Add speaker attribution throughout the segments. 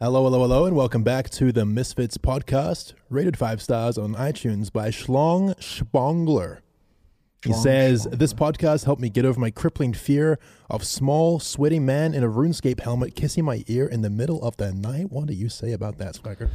Speaker 1: Hello, hello, hello, and welcome back to the Misfits podcast, rated five stars on iTunes by Schlong Spongler. He
Speaker 2: Schlong
Speaker 1: says, This podcast helped me get over my crippling fear of small, sweaty man in a RuneScape helmet kissing my ear in the middle of the night. What do you say about that, Swagger?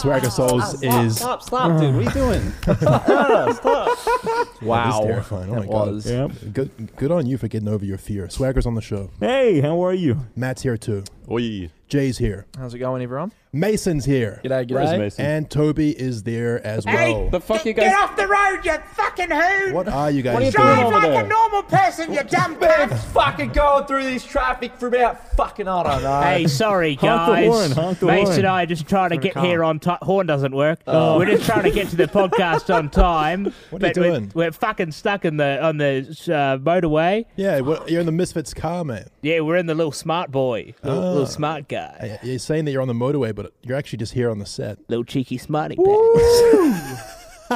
Speaker 1: Swagger Souls is
Speaker 3: Stop, stop, dude. What are you doing?
Speaker 1: That
Speaker 3: wow.
Speaker 1: is terrifying. Oh my
Speaker 3: That
Speaker 1: God.
Speaker 3: was.
Speaker 2: Yep.
Speaker 1: good. Good on you for getting over your fear. Swagger's on the show.
Speaker 2: Hey, how are you?
Speaker 1: Matt's here too.
Speaker 4: Oi.
Speaker 1: Jay's here.
Speaker 3: How's it going, everyone?
Speaker 1: Mason's here.
Speaker 3: G'day,
Speaker 4: Where's
Speaker 3: g'day.
Speaker 4: Mason?
Speaker 1: And Toby is there as well.
Speaker 3: The fuck you
Speaker 5: Get
Speaker 3: guys?
Speaker 5: off the road, you fucking hoon!
Speaker 1: What are you guys
Speaker 3: are you
Speaker 1: doing?
Speaker 3: doing?
Speaker 5: Drive
Speaker 3: over
Speaker 5: like
Speaker 3: there?
Speaker 5: a normal person, you dumb cunt!
Speaker 3: fucking going through this traffic for about fucking I don't know.
Speaker 6: Hey, sorry
Speaker 2: Honk the
Speaker 6: guys.
Speaker 2: horn, honk the
Speaker 6: Mason
Speaker 2: horn.
Speaker 6: and I are just trying to get
Speaker 3: car.
Speaker 6: here on time. Horn doesn't work. We're just trying to get to the podcast on time.
Speaker 1: What are you
Speaker 6: but we're-
Speaker 1: doing?
Speaker 6: We're, fucking stuck in the on the uh, motorway.
Speaker 1: Yeah, what, you're in the Misfits car, man.
Speaker 6: Yeah, we're in the little smart boy, little, little smart guy,
Speaker 1: You're saying that you're on the motorway, but you're actually just here on the set.
Speaker 6: little cheeky smarty pants.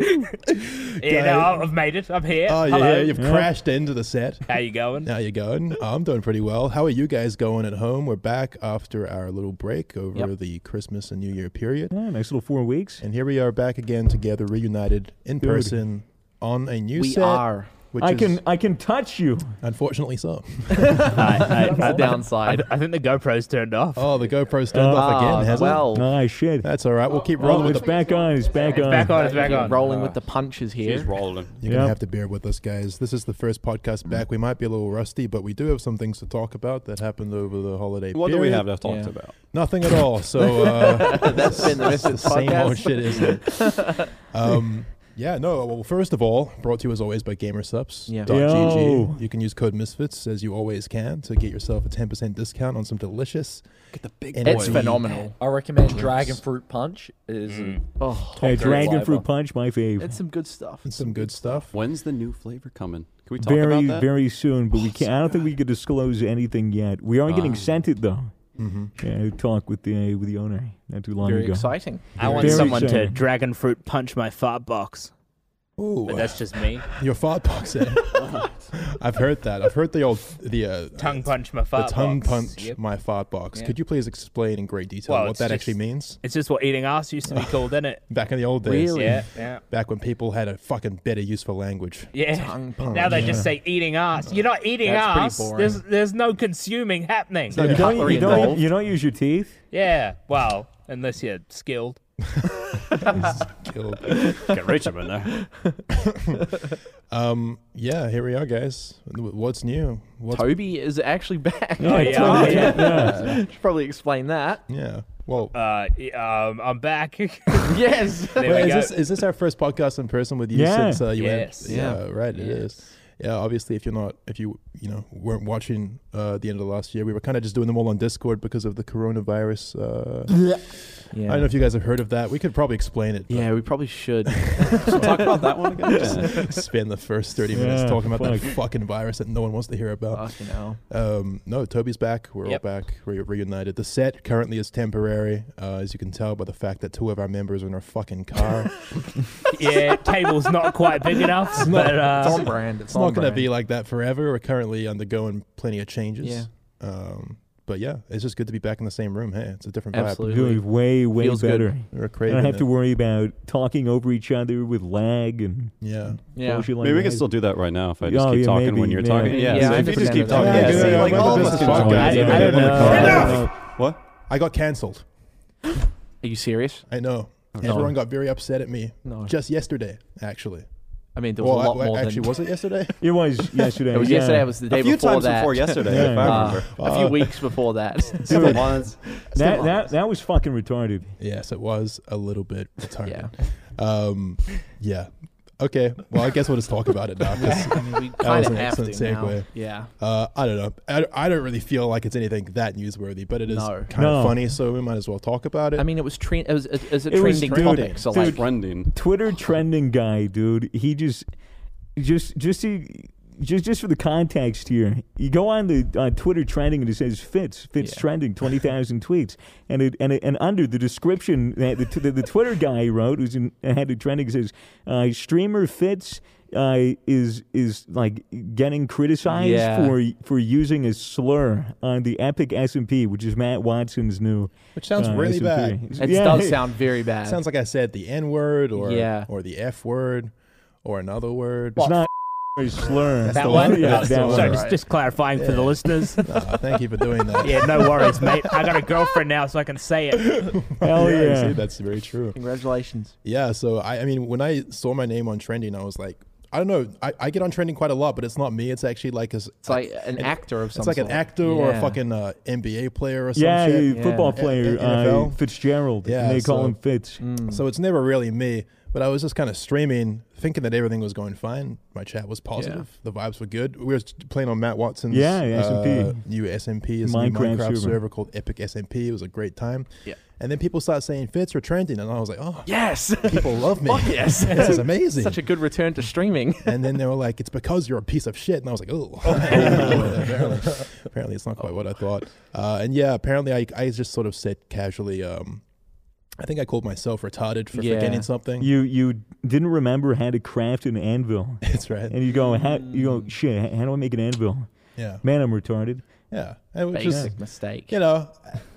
Speaker 6: yeah, no, I've- I've made it. I'm here.
Speaker 1: Oh,
Speaker 6: Hello.
Speaker 1: yeah, you've crashed into the set.
Speaker 6: How you going?
Speaker 1: How you going? Oh, I'm doing pretty well. How are you guys going at home? We're back after our little break over
Speaker 3: Yep.
Speaker 1: the Christmas and New Year period.
Speaker 2: Yeah, nice little four weeks.
Speaker 1: And here we are back again together, reunited in person on a new
Speaker 3: we
Speaker 1: set.
Speaker 3: are.
Speaker 1: Which
Speaker 2: I
Speaker 1: is
Speaker 2: can I can touch you.
Speaker 1: unfortunately so.
Speaker 6: I, I-
Speaker 3: The
Speaker 6: I- I
Speaker 3: downside.
Speaker 6: th- I think the GoPro's turned off.
Speaker 1: Oh, the GoPro's turned off
Speaker 3: Ah,
Speaker 1: again, hasn't it?
Speaker 7: Oh.
Speaker 3: well,
Speaker 2: Nice shit.
Speaker 1: That's all right. We'll keep rolling
Speaker 2: Oh,
Speaker 1: with
Speaker 2: it's
Speaker 1: the
Speaker 2: back on. It's back on.
Speaker 6: back on. It's back on.
Speaker 3: rolling with the punches
Speaker 4: He's
Speaker 3: here.
Speaker 4: rolling.
Speaker 1: You're going to
Speaker 2: Yep.
Speaker 1: have to bear with us, guys. This is the first podcast back. We might be a little rusty, but we do have some things to talk about that happened over the holiday
Speaker 4: What
Speaker 1: period.
Speaker 4: do we have that talked
Speaker 3: Yeah.
Speaker 4: about?
Speaker 1: Nothing at all. So uh,
Speaker 3: That's been the
Speaker 1: it's the
Speaker 3: Misfits
Speaker 1: same old
Speaker 3: podcast.
Speaker 1: shit, isn't it? Um, yeah, no. Well, first of all, brought to you as always by Gamersups.
Speaker 3: Yeah.
Speaker 2: Yo.
Speaker 1: GG. You can use code Misfits, as you always can, to get yourself a 10% discount on some delicious. Get the big
Speaker 3: It's phenomenal.
Speaker 7: I recommend Dragon Fruit Punch. It is
Speaker 3: Oh,
Speaker 2: Hey, Dragon
Speaker 7: flavor.
Speaker 2: Fruit Punch, my fave.
Speaker 3: it's some good stuff.
Speaker 1: Some good stuff.
Speaker 4: When's the new flavor coming? Can we talk
Speaker 2: very
Speaker 4: about that?
Speaker 2: very soon, but we can't. I don't think we could disclose anything yet. We are getting sent it though. Yeah, I talked with the uh, with the owner not too long
Speaker 3: Very
Speaker 2: ago.
Speaker 3: exciting.
Speaker 6: I want
Speaker 2: Very
Speaker 6: someone to
Speaker 2: exciting.
Speaker 6: dragon fruit punch my fart box,
Speaker 1: Ooh,
Speaker 6: but that's just me.
Speaker 1: your fart box. eh? I've heard that. I've heard the old the uh,
Speaker 6: Tongue punch my
Speaker 1: the
Speaker 6: fart
Speaker 1: tongue
Speaker 6: box.
Speaker 1: punch
Speaker 6: Yep.
Speaker 1: my fart box.
Speaker 3: Yeah.
Speaker 1: Could you please explain in great detail
Speaker 6: Well,
Speaker 1: what
Speaker 6: it's
Speaker 1: that
Speaker 6: just-
Speaker 1: actually means?
Speaker 6: It's just what eating ass used to be called, isn't it?
Speaker 1: Back in the old days,
Speaker 3: Really?
Speaker 6: Yeah, yeah,
Speaker 1: back when people had a fucking better use for language.
Speaker 6: yeah.
Speaker 3: Tongue punch.
Speaker 6: Now they just say eating ass. You're not eating
Speaker 3: That's pretty
Speaker 6: ass.
Speaker 3: boring.
Speaker 6: There's there's no consuming happening.
Speaker 3: no
Speaker 2: You don't,
Speaker 3: cutlery
Speaker 2: you, don't,
Speaker 3: involved.
Speaker 2: you don't use your teeth.
Speaker 6: yeah. Well, unless you're skilled.
Speaker 1: Killed.
Speaker 4: Get rich up in there.
Speaker 1: um, yeah, here we are, guys. What's new? What's
Speaker 3: Toby is actually back.
Speaker 6: Oh yeah. oh, yeah.
Speaker 3: Should probably explain that.
Speaker 1: yeah? Well,
Speaker 6: Uh, y- um, I'm back. there
Speaker 3: Yes.
Speaker 6: we
Speaker 1: wait, is
Speaker 6: go.
Speaker 1: this is this our first podcast in person with you
Speaker 2: Yeah.
Speaker 1: since uh, you
Speaker 6: Yes.
Speaker 1: went? Yeah, right. It is. Yeah, obviously, if you're not, if you you know weren't watching uh, the end of the last year, we were kind of just doing them all on Discord because of the coronavirus. Uh, I don't know if you guys have heard of that. We could probably explain it. but-
Speaker 3: Yeah, we probably should.
Speaker 4: Should we talk about that one again? Yeah.
Speaker 1: spend the first 30 minutes
Speaker 2: Yeah,
Speaker 1: talking about that
Speaker 2: fuck.
Speaker 1: fucking virus that no one wants to hear about.
Speaker 3: Fucking hell.
Speaker 1: Um, no, Toby's back. We're
Speaker 6: Yep.
Speaker 1: all back. We're reunited. The set currently is temporary, uh, as you can tell by the fact that two of our members are in our fucking car. it's
Speaker 6: yeah, table's not quite big enough, but
Speaker 3: It's
Speaker 6: uh,
Speaker 3: on brand. It's,
Speaker 1: not
Speaker 3: on
Speaker 1: going to
Speaker 3: brand.
Speaker 1: be like that forever. We're currently undergoing plenty of changes.
Speaker 3: Yeah.
Speaker 1: Um, but yeah, it's just good to be back in the same room. Hey, it's a different
Speaker 3: Absolutely.
Speaker 2: Doing way way
Speaker 3: Feels good.
Speaker 2: better.
Speaker 1: vibe. We're
Speaker 2: I
Speaker 1: craving
Speaker 2: don't have to
Speaker 1: it.
Speaker 2: worry about talking over each other with lag and
Speaker 1: Yeah.
Speaker 3: Yeah.
Speaker 2: bullshit like
Speaker 4: Maybe we can
Speaker 2: that.
Speaker 4: still do that right now if I just
Speaker 2: Oh,
Speaker 4: keep
Speaker 2: yeah,
Speaker 4: talking
Speaker 2: maybe,
Speaker 4: when you're
Speaker 2: yeah.
Speaker 4: talking. Yeah,
Speaker 3: Yeah,
Speaker 4: so
Speaker 3: I
Speaker 4: if you just
Speaker 3: understand
Speaker 4: keep
Speaker 3: that.
Speaker 4: talking,
Speaker 3: Yeah,
Speaker 4: Oh, yeah,
Speaker 3: yeah,
Speaker 4: see,
Speaker 3: yeah,
Speaker 4: like
Speaker 3: I'm
Speaker 4: all of
Speaker 3: the
Speaker 4: us
Speaker 3: business
Speaker 4: can join.
Speaker 3: podcast.
Speaker 4: Yeah,
Speaker 3: I don't
Speaker 4: yeah.
Speaker 3: know.
Speaker 4: What?
Speaker 1: I got canceled.
Speaker 3: Are you serious?
Speaker 1: I know.
Speaker 3: no.
Speaker 1: Everyone got very upset at me
Speaker 3: No.
Speaker 1: just yesterday, actually.
Speaker 3: I mean, there
Speaker 1: well,
Speaker 3: was a
Speaker 1: I-
Speaker 3: lot
Speaker 1: I-
Speaker 3: more
Speaker 1: actually,
Speaker 3: than.
Speaker 1: was it yesterday?
Speaker 2: It was yesterday.
Speaker 3: It was
Speaker 2: yeah.
Speaker 3: yesterday. It was the day
Speaker 4: A few
Speaker 3: before
Speaker 4: times
Speaker 3: that. Uh,
Speaker 4: before yesterday, if I
Speaker 2: Yeah.
Speaker 4: remember.
Speaker 3: a
Speaker 1: Uh,
Speaker 3: few weeks before that.
Speaker 2: Dude,
Speaker 4: Once.
Speaker 2: that, that, that was fucking retarded.
Speaker 1: Yes, it was a little bit retarded.
Speaker 3: Yeah.
Speaker 1: Yeah. Um, yeah. Okay. Well, I guess we'll just talk about it now. 'cause,
Speaker 3: I mean, we
Speaker 1: was
Speaker 3: kind
Speaker 1: an
Speaker 3: of have to
Speaker 1: excellent
Speaker 3: now.
Speaker 1: segue.
Speaker 3: Yeah.
Speaker 1: uh, I don't know. I, I don't really feel like it's anything that newsworthy, but it is
Speaker 3: No.
Speaker 1: kind of
Speaker 2: No.
Speaker 1: funny, so we might as well talk about it.
Speaker 3: I mean, it was tre- it was it, was
Speaker 2: It
Speaker 3: a
Speaker 2: was
Speaker 3: trending
Speaker 2: trending.
Speaker 3: topic. So
Speaker 2: Dude,
Speaker 3: like,
Speaker 4: Trending.
Speaker 2: Twitter trending guy, dude. He just, just, just to just just for the context here, you go on the on Twitter trending and it says Fitz Fitz
Speaker 7: Yeah.
Speaker 2: trending twenty thousand tweets, and it and it, and under the description that the, the, the Twitter guy wrote who's in, had it trending says uh, streamer Fitz. Uh, is is like getting criticized
Speaker 7: Yeah.
Speaker 2: for for using a slur on the Epic SMP, which is Matt Watson's new.
Speaker 1: Which sounds
Speaker 2: uh,
Speaker 1: really
Speaker 2: SMP.
Speaker 1: bad.
Speaker 7: It
Speaker 2: Yeah.
Speaker 7: does sound very bad.
Speaker 1: Sounds like I said the N word or
Speaker 7: Yeah.
Speaker 1: or the F word or another word.
Speaker 2: It's not a slur.
Speaker 7: That one?
Speaker 2: Yeah,
Speaker 1: That's
Speaker 2: that
Speaker 1: the
Speaker 2: one.
Speaker 1: one.
Speaker 6: Sorry, just,
Speaker 1: Right.
Speaker 6: just clarifying for the listeners.
Speaker 1: Ah, thank you for doing that.
Speaker 6: Yeah, no worries, mate. I got a girlfriend now, so I can say it.
Speaker 2: Hell
Speaker 1: Yeah,
Speaker 2: yeah.
Speaker 1: see, that's very true.
Speaker 7: Congratulations.
Speaker 1: Yeah, so I, I mean, when I saw my name on trending, I was like, I don't know, I, I get on trending quite a lot, but it's not me. It's actually like a,
Speaker 7: It's like an actor of some
Speaker 1: it's like an
Speaker 7: sort.
Speaker 1: actor or a
Speaker 7: Yeah.
Speaker 1: fucking uh, NBA player or some
Speaker 2: Yeah,
Speaker 1: shit.
Speaker 2: yeah, football
Speaker 7: Yeah.
Speaker 1: A-
Speaker 2: player
Speaker 1: a-
Speaker 2: uh,
Speaker 1: NFL.
Speaker 2: Fitzgerald.
Speaker 1: Yeah,
Speaker 2: they call
Speaker 1: so-
Speaker 2: him Fitz.
Speaker 1: So it's never really me. But I was just kind of streaming, thinking that everything was going fine. My chat was positive. The vibes were good. We were playing on Matt Watson's
Speaker 2: Yeah, yeah, SMP.
Speaker 1: Uh, new SMP, his new
Speaker 2: Minecraft
Speaker 1: Minecraft
Speaker 2: server.
Speaker 1: server. called Epic SMP. It was a great time.
Speaker 7: Yeah.
Speaker 1: And then people started saying Fitz or trending, and I was like, oh,
Speaker 7: Yes.
Speaker 1: people love me.
Speaker 7: Oh, yes.
Speaker 1: this is amazing.
Speaker 7: Such a good return to streaming.
Speaker 1: and then they were like, "It's because you're a piece of shit." And I was like, "Oh, apparently, apparently it's not quite what I thought." Uh, and yeah, apparently I, I just sort of said casually, um, "I think I called myself retarded for
Speaker 7: Yeah.
Speaker 1: forgetting something."
Speaker 2: You you didn't remember how to craft an anvil,
Speaker 1: That's right.
Speaker 2: and you go how, you go shit. h- How do I make an anvil?
Speaker 1: Yeah,
Speaker 2: Man, I'm retarded.
Speaker 1: yeah. And which is,
Speaker 7: Basic mistake.
Speaker 1: you know,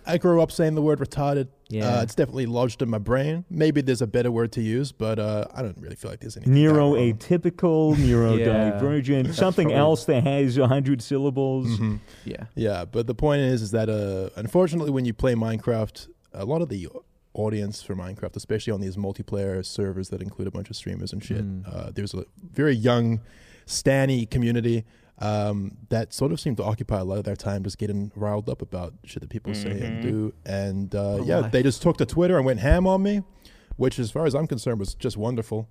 Speaker 1: I grew up saying the word retarded.
Speaker 7: Yeah.
Speaker 1: Uh, it's definitely lodged in my brain. Maybe there's a better word to use, but uh, I don't really feel like there's anything. that wrong.
Speaker 2: Neuroatypical, neurodivergent, something
Speaker 7: probably-
Speaker 2: else that has a hundred syllables.
Speaker 7: Yeah.
Speaker 1: Yeah, but the point is, is that uh, unfortunately, when you play Minecraft, a lot of the audience for Minecraft, especially on these multiplayer servers that include a bunch of streamers and shit, uh, there's a very young, stanny community um, that sort of seem to occupy a lot of their time just getting riled up about shit that people say and do. And uh, yeah, they just took to Twitter and went ham on me, which, as far as I'm concerned, was just wonderful.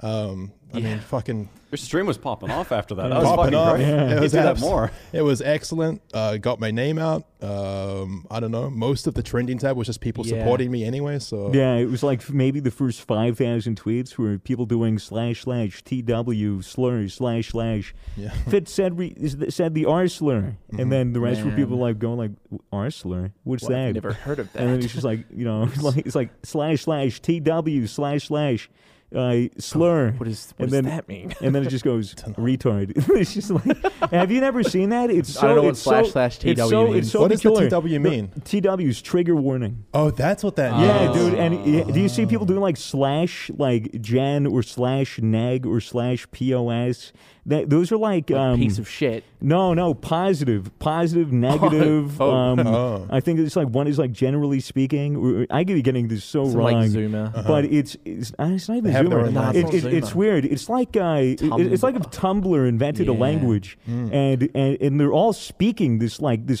Speaker 1: Um, I mean, fucking
Speaker 4: Your stream was popping off after that. That was
Speaker 1: popping
Speaker 4: fucking
Speaker 1: off.
Speaker 4: great.
Speaker 1: Yeah. It
Speaker 4: You
Speaker 1: was
Speaker 4: do that
Speaker 1: abs-
Speaker 4: more.
Speaker 1: It was excellent. Uh, got my name out. Um, I don't know. Most of the trending tab was just people
Speaker 7: Yeah.
Speaker 1: supporting me anyway. So
Speaker 2: Yeah, it was like f- maybe the first five thousand tweets were people doing slash slash tw slur slash slash.
Speaker 1: Yeah. Mm-hmm.
Speaker 2: Fitz said re- is th- said the r slur, and then the rest were people
Speaker 7: Man.
Speaker 2: like going like r slur. What's
Speaker 7: Well,
Speaker 2: that?
Speaker 7: I've never heard of that.
Speaker 2: And then it's just like you know, it's like it's like slash slash tw slash slash uh, slur.
Speaker 7: What is-
Speaker 2: and
Speaker 7: what does
Speaker 2: then,
Speaker 7: that mean?
Speaker 2: And then it just goes retard. it's just like, have you never seen that? It's so,
Speaker 7: I don't know what
Speaker 2: it's
Speaker 7: slash
Speaker 2: so,
Speaker 7: slash
Speaker 2: it's
Speaker 7: TW
Speaker 2: so, It's
Speaker 7: means.
Speaker 2: so
Speaker 1: What does the
Speaker 2: peculiar.
Speaker 1: TW mean?
Speaker 2: TW's trigger warning.
Speaker 1: Oh, that's what that.
Speaker 2: Yeah,
Speaker 7: Um,
Speaker 1: means.
Speaker 2: dude. And yeah, do you see people doing like slash like Jan or slash Nag or slash POS? That those are like, um,
Speaker 7: Piece of shit.
Speaker 2: no, no, positive, positive, negative.
Speaker 7: Oh.
Speaker 2: Um,
Speaker 1: Oh.
Speaker 2: I think it's like one is like generally speaking. or- I could be getting this so
Speaker 7: Some,
Speaker 2: wrong.
Speaker 7: like, Zoomer.
Speaker 2: But it's it's, uh, it's not even
Speaker 1: have their
Speaker 2: Zoomer.
Speaker 1: own Nah,
Speaker 7: language. it's
Speaker 2: It- it-
Speaker 7: not
Speaker 2: it's
Speaker 7: Uh-huh. Zoomer.
Speaker 2: weird. It's like uh, it- it's like if Tumblr invented a
Speaker 7: Yeah. Hmm.
Speaker 2: language, and, and and they're all speaking this like this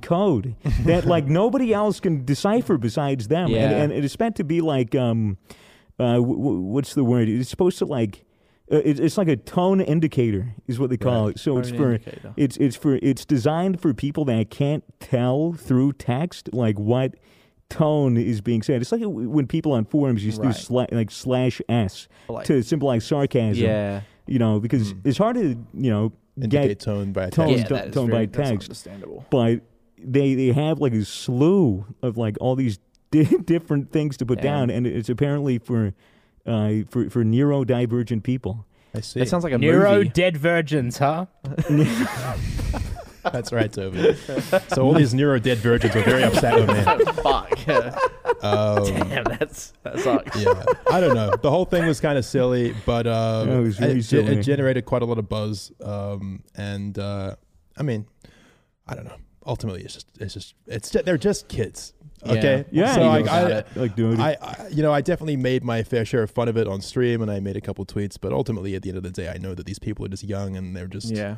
Speaker 2: code that like nobody else can decipher besides them,
Speaker 7: Yeah.
Speaker 2: and, and it's meant to be like um, uh, w- w- what's the word? It's supposed to like. Uh, it, it's like a tone indicator, is what they call it. So it's
Speaker 7: Tone
Speaker 2: for
Speaker 7: indicator.
Speaker 2: it's it's for it's designed for people that can't tell through text like what tone is being said. It's like w- when people on forums used
Speaker 7: Right.
Speaker 2: to do sla- like slash s
Speaker 7: Like-
Speaker 2: to symbolize sarcasm.
Speaker 7: Yeah.
Speaker 2: you know because it's hard to you know
Speaker 1: Indicate
Speaker 2: get
Speaker 1: tone by
Speaker 2: tone,
Speaker 1: tone.
Speaker 7: Yeah, that
Speaker 2: tone,
Speaker 7: is
Speaker 2: tone
Speaker 7: very-
Speaker 2: by
Speaker 7: that's
Speaker 2: text,
Speaker 7: understandable.
Speaker 2: but they they have like a slew of like all these di- different things to put
Speaker 7: Yeah.
Speaker 2: down, and it's apparently for uh, for for neurodivergent people.
Speaker 1: I see.
Speaker 7: It sounds like a
Speaker 6: Neuro
Speaker 7: movie.
Speaker 6: dead virgins, huh?
Speaker 1: that's right, Toby. so all these neuro dead virgins were very upset with me.
Speaker 7: Fuck.
Speaker 1: Um,
Speaker 7: Damn, that's that sucks.
Speaker 1: yeah, I don't know. The whole thing was kind of silly, but um,
Speaker 2: Yeah, it was really
Speaker 1: it, ge- it
Speaker 2: silly.
Speaker 1: generated quite a lot of buzz. Um, and uh, I mean, I don't know. Ultimately, it's just it's just it's ju- they're just kids.
Speaker 7: Yeah.
Speaker 1: Okay.
Speaker 2: Yeah,
Speaker 1: So
Speaker 2: you
Speaker 1: like,
Speaker 2: know,
Speaker 1: I,
Speaker 2: like dude,
Speaker 1: I, I, you know, I definitely made my fair share of fun of it on stream, and I made a couple tweets. But ultimately, at the end of the day, I know that these people are just young, and they're just.
Speaker 7: Yeah.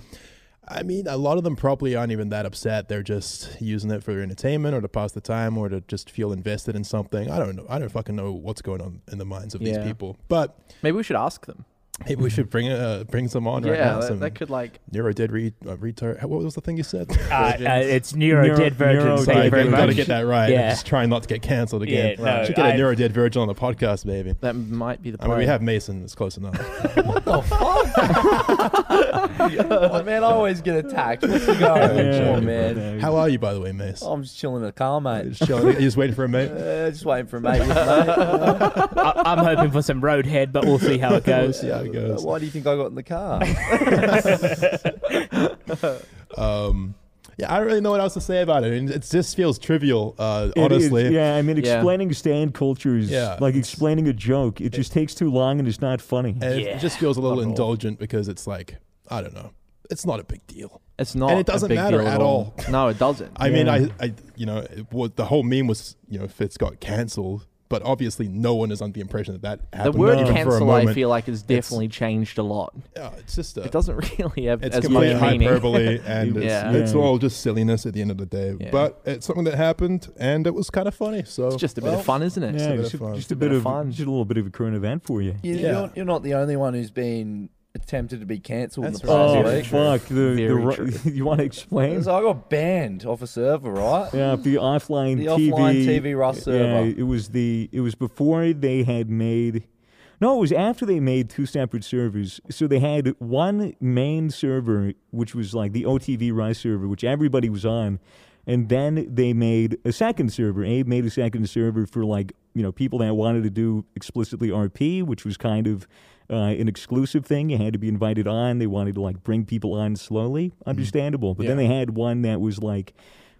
Speaker 1: I mean, a lot of them probably aren't even that upset. They're just using it for entertainment, or to pass the time, or to just feel invested in something. I don't know. I don't fucking know what's going on in the minds of
Speaker 7: Yeah.
Speaker 1: these people. But
Speaker 7: Maybe we should ask them.
Speaker 1: Maybe we should bring uh, bring some on right
Speaker 7: yeah,
Speaker 1: now.
Speaker 7: that,
Speaker 1: Some
Speaker 7: that could like
Speaker 1: neuro dead re- uh, retard. What was the thing you said?
Speaker 8: Uh, uh, it's neuro,
Speaker 2: Neuro-
Speaker 8: dead virgin.
Speaker 2: neuro-
Speaker 8: thank
Speaker 2: Sorry,
Speaker 8: you very
Speaker 1: we
Speaker 8: much.
Speaker 1: gotta get that right.
Speaker 8: Yeah.
Speaker 1: I'm just trying not to get canceled again.
Speaker 8: Yeah, no,
Speaker 1: should get a
Speaker 8: I-
Speaker 1: neuro dead virgin on the podcast, baby.
Speaker 7: that might be the.
Speaker 1: I
Speaker 7: Plan.
Speaker 1: mean, we have Mason. It's close enough.
Speaker 3: Oh, man, I always get attacked. What's the go?
Speaker 2: Yeah.
Speaker 3: Oh, man.
Speaker 1: How are you, by the way, Mace?
Speaker 3: I'm just chilling in the car, mate.
Speaker 1: Just chilling. You just waiting for a mate.
Speaker 3: Uh, just waiting for a mate. with mate.
Speaker 6: I- I'm hoping for some roadhead, but we'll see how it
Speaker 1: We'll
Speaker 6: goes.
Speaker 1: see how it
Speaker 3: Uh,
Speaker 1: goes.
Speaker 3: Why do you think I got in the car?
Speaker 1: Um, yeah, I don't really know what else to say about it. And it just feels trivial, uh,
Speaker 2: It is-
Speaker 1: honestly.
Speaker 2: yeah, I mean,
Speaker 7: Yeah.
Speaker 2: explaining stand culture is
Speaker 1: Yeah,
Speaker 2: like
Speaker 1: it's-
Speaker 2: explaining a joke. It, just takes too long and it's not funny.
Speaker 1: And it-
Speaker 8: Yeah.
Speaker 1: it just feels a little
Speaker 8: Not at all.
Speaker 1: indulgent because it's like, I don't know. It's not a big deal.
Speaker 7: It's not.
Speaker 1: And it
Speaker 7: a
Speaker 1: doesn't
Speaker 7: big
Speaker 1: matter
Speaker 7: deal
Speaker 1: at all.
Speaker 7: No, it doesn't.
Speaker 1: I mean, I, I, you know, it, was- the whole meme was, you know, Fitz got canceled, but obviously no one is under the impression that that
Speaker 7: the
Speaker 1: happened.
Speaker 7: word
Speaker 1: even for a
Speaker 7: cancel,
Speaker 1: moment.
Speaker 7: I feel like, has definitely changed a lot.
Speaker 1: Yeah, it's just a,
Speaker 7: It doesn't really have
Speaker 1: it's
Speaker 7: as much
Speaker 1: complete
Speaker 7: meaning.
Speaker 1: hyperbole, and it's,
Speaker 7: Yeah.
Speaker 1: it's
Speaker 2: Yeah.
Speaker 1: all just silliness at the end of the day.
Speaker 7: Yeah.
Speaker 1: But it's something that happened, and it was kind of funny. So
Speaker 7: It's just a bit
Speaker 1: well,
Speaker 7: of fun, isn't it?
Speaker 2: yeah,
Speaker 1: bit of
Speaker 2: just,
Speaker 1: fun.
Speaker 2: just a bit, of,
Speaker 7: fun.
Speaker 2: just a little bit of a current event for you.
Speaker 3: You,
Speaker 1: Yeah.
Speaker 3: you're, you're not the only one who's been attempted to be cancelled in the
Speaker 1: That's
Speaker 3: past
Speaker 1: right.
Speaker 2: Oh
Speaker 1: Very
Speaker 3: week.
Speaker 2: fuck! The, the
Speaker 7: Very
Speaker 2: ro-
Speaker 7: true.
Speaker 2: you want to explain?
Speaker 3: So I got banned off a server, right?
Speaker 2: Oh. Yeah, the offline
Speaker 3: The
Speaker 2: TV.
Speaker 3: offline TV Raw
Speaker 2: Yeah,
Speaker 3: server.
Speaker 2: it was the it was before they had made. No, it was after they made two separate servers. So they had one main server, which was like the OTV Rise server, which everybody was on, and then they made a second server. Abe made a second server for like you know people that wanted to do explicitly RP, which was kind of uh, an exclusive thing. You had to be invited on. They wanted to like bring people on slowly,
Speaker 3: Mm-hmm.
Speaker 2: understandable. But then they had one that was like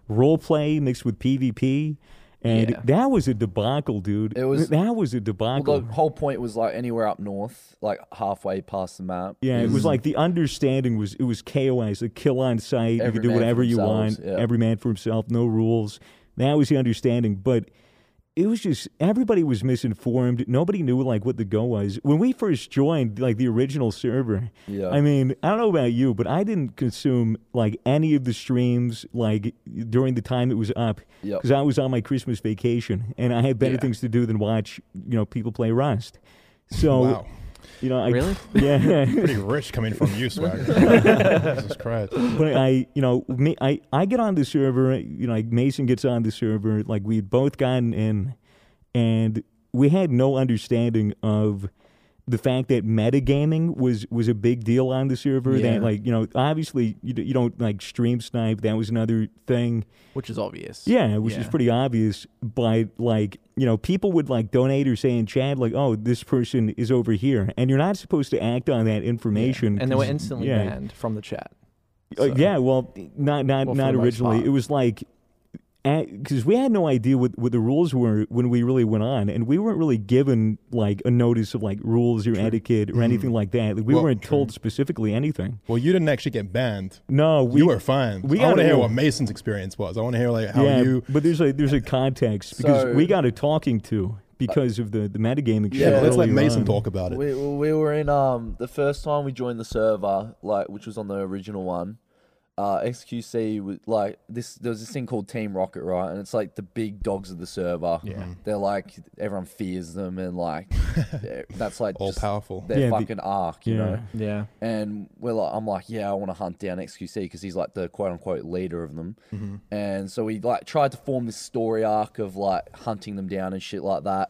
Speaker 2: role play mixed with PvP. And
Speaker 7: Yeah.
Speaker 2: that was a debacle, dude.
Speaker 3: It was-
Speaker 2: that was a
Speaker 3: Well,
Speaker 2: debacle.
Speaker 3: the whole point was like anywhere up north, like halfway past the map.
Speaker 2: yeah, it was like the understanding was it was KOS, a kill on site. you
Speaker 3: Every
Speaker 2: could do
Speaker 3: man for
Speaker 2: whatever you want,
Speaker 3: themselves, yeah.
Speaker 2: every man for himself, no rules. That was the understanding, but it was just everybody was misinformed. Nobody knew like what the go was when we first joined, like the original server.
Speaker 3: Yeah.
Speaker 2: I mean, I don't know about you, but I didn't consume like any of the streams like during the time it was up
Speaker 3: Yep.
Speaker 2: because I was on my Christmas vacation and I had better things to do than watch you know people play Rust. So
Speaker 1: Wow,
Speaker 2: you know, I,
Speaker 7: Really?
Speaker 2: Yeah,
Speaker 1: pretty rich coming from you, Swagger. Jesus Christ.
Speaker 2: but I, you know, me, I, I get on the server. You know, like Mason gets on the server. Like we had both gotten in, and we had no understanding of the fact that metagaming was was a big deal on the server.
Speaker 7: Yeah.
Speaker 2: That like, you know, obviously you, d- you don't like stream snipe. That was another thing.
Speaker 7: Which is obvious.
Speaker 2: Yeah, which is pretty obvious. But like, you know, people would like donate or say in chat, like, "Oh, this person is over here," and you're not supposed to act on that information.
Speaker 7: And they were
Speaker 2: 'cause-
Speaker 7: instantly
Speaker 2: yeah.
Speaker 7: banned from the chat.
Speaker 2: Uh,
Speaker 7: So-
Speaker 2: yeah, well, not not
Speaker 7: Well, for
Speaker 2: not
Speaker 7: the most
Speaker 2: originally.
Speaker 7: part.
Speaker 2: It was like because we had no idea what, what the rules were when we really went on, and we weren't really given like a notice of like rules or etiquette or anything like that. Like, we
Speaker 1: Mm-hmm. Well,
Speaker 2: weren't
Speaker 1: true.
Speaker 2: told specifically anything.
Speaker 1: Well, you didn't actually get banned.
Speaker 2: No, we
Speaker 1: you were fine.
Speaker 2: we
Speaker 1: I want
Speaker 2: gotta
Speaker 1: to hear
Speaker 2: know.
Speaker 1: what Mason's experience was. I want to hear like how
Speaker 2: yeah,
Speaker 1: you.
Speaker 2: but there's a there's a context because
Speaker 3: So-
Speaker 2: we got a talking to because of the the metagaming.
Speaker 1: Yeah,
Speaker 2: shit
Speaker 1: let's let
Speaker 2: earlier
Speaker 1: Mason
Speaker 2: on.
Speaker 1: talk about it.
Speaker 3: We, we were in um the first time we joined the server, like which was on the original one. Uh, XQC was like this. There was this thing called Team Rocket, right? And it's like the big dogs of the server. Yeah,
Speaker 1: Mm-hmm.
Speaker 3: they're like everyone fears them, and like they're- that's like
Speaker 1: All
Speaker 3: just
Speaker 1: powerful.
Speaker 3: Their
Speaker 2: Yeah, the-
Speaker 3: fucking arc, you
Speaker 2: yeah.
Speaker 3: know.
Speaker 7: Yeah.
Speaker 3: And we're like, I'm like, yeah, I want to hunt down XQC because he's like the quote unquote leader of them.
Speaker 2: Mm-hmm.
Speaker 3: And so we like tried to form this story arc of like hunting them down and shit like that.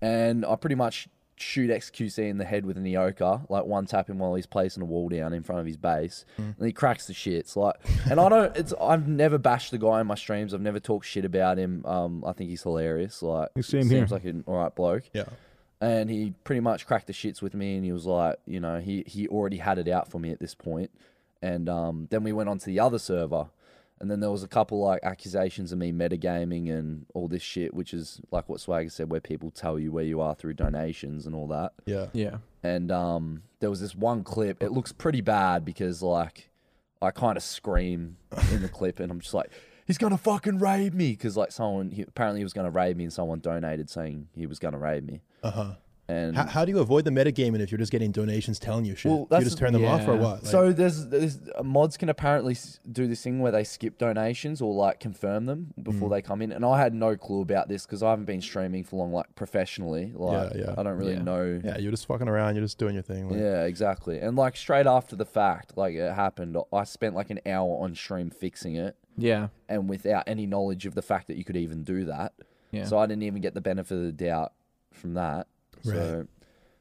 Speaker 3: And I pretty much shoot XQC in the head with an Eoka, like one tap him while he's placing a wall down in front of his base,
Speaker 2: Mm.
Speaker 3: and he cracks the shits. Like, and I don't, it's I've never bashed the guy in my streams. I've never talked shit about him. Um, I think he's hilarious. Like,
Speaker 2: Same
Speaker 3: seems
Speaker 2: here.
Speaker 3: like an alright bloke
Speaker 1: yeah.
Speaker 3: and he pretty much cracked the shits with me and he was like you know he he already had it out for me at this point and um, then we went on to the other server and then there was a couple like accusations of me metagaming and all this shit which is like what swagger said where people tell you where you are through donations and all that
Speaker 1: Yeah.
Speaker 7: Yeah.
Speaker 3: and um, there was this one clip it looks pretty bad because like i kind of scream in the clip and i'm just like he's gonna fucking raid me because like someone he, apparently he was gonna raid me and someone donated saying he was gonna raid me
Speaker 1: Uh huh.
Speaker 3: And
Speaker 1: How, how do you avoid the metagaming if you're just getting donations telling you shit?
Speaker 3: Well,
Speaker 1: you
Speaker 3: that's
Speaker 1: just
Speaker 3: the-
Speaker 1: turn them off or
Speaker 7: yeah.
Speaker 1: what? Like,
Speaker 3: so there's, there's uh, mods can apparently s- do this thing where they skip donations or like confirm them before
Speaker 1: Mm.
Speaker 3: they come in. And I had no clue about this because I haven't been streaming for long, like professionally. Like
Speaker 1: yeah.
Speaker 3: I don't really
Speaker 7: Yeah.
Speaker 3: know.
Speaker 1: yeah, you're just fucking around. You're just doing your thing. Like,
Speaker 3: Yeah, exactly. And like straight after the fact, like it happened, I spent like an hour on stream fixing it
Speaker 7: Yeah.
Speaker 3: and without any knowledge of the fact that you could even do that.
Speaker 7: Yeah.
Speaker 3: So I didn't even get the benefit of the doubt from that. So,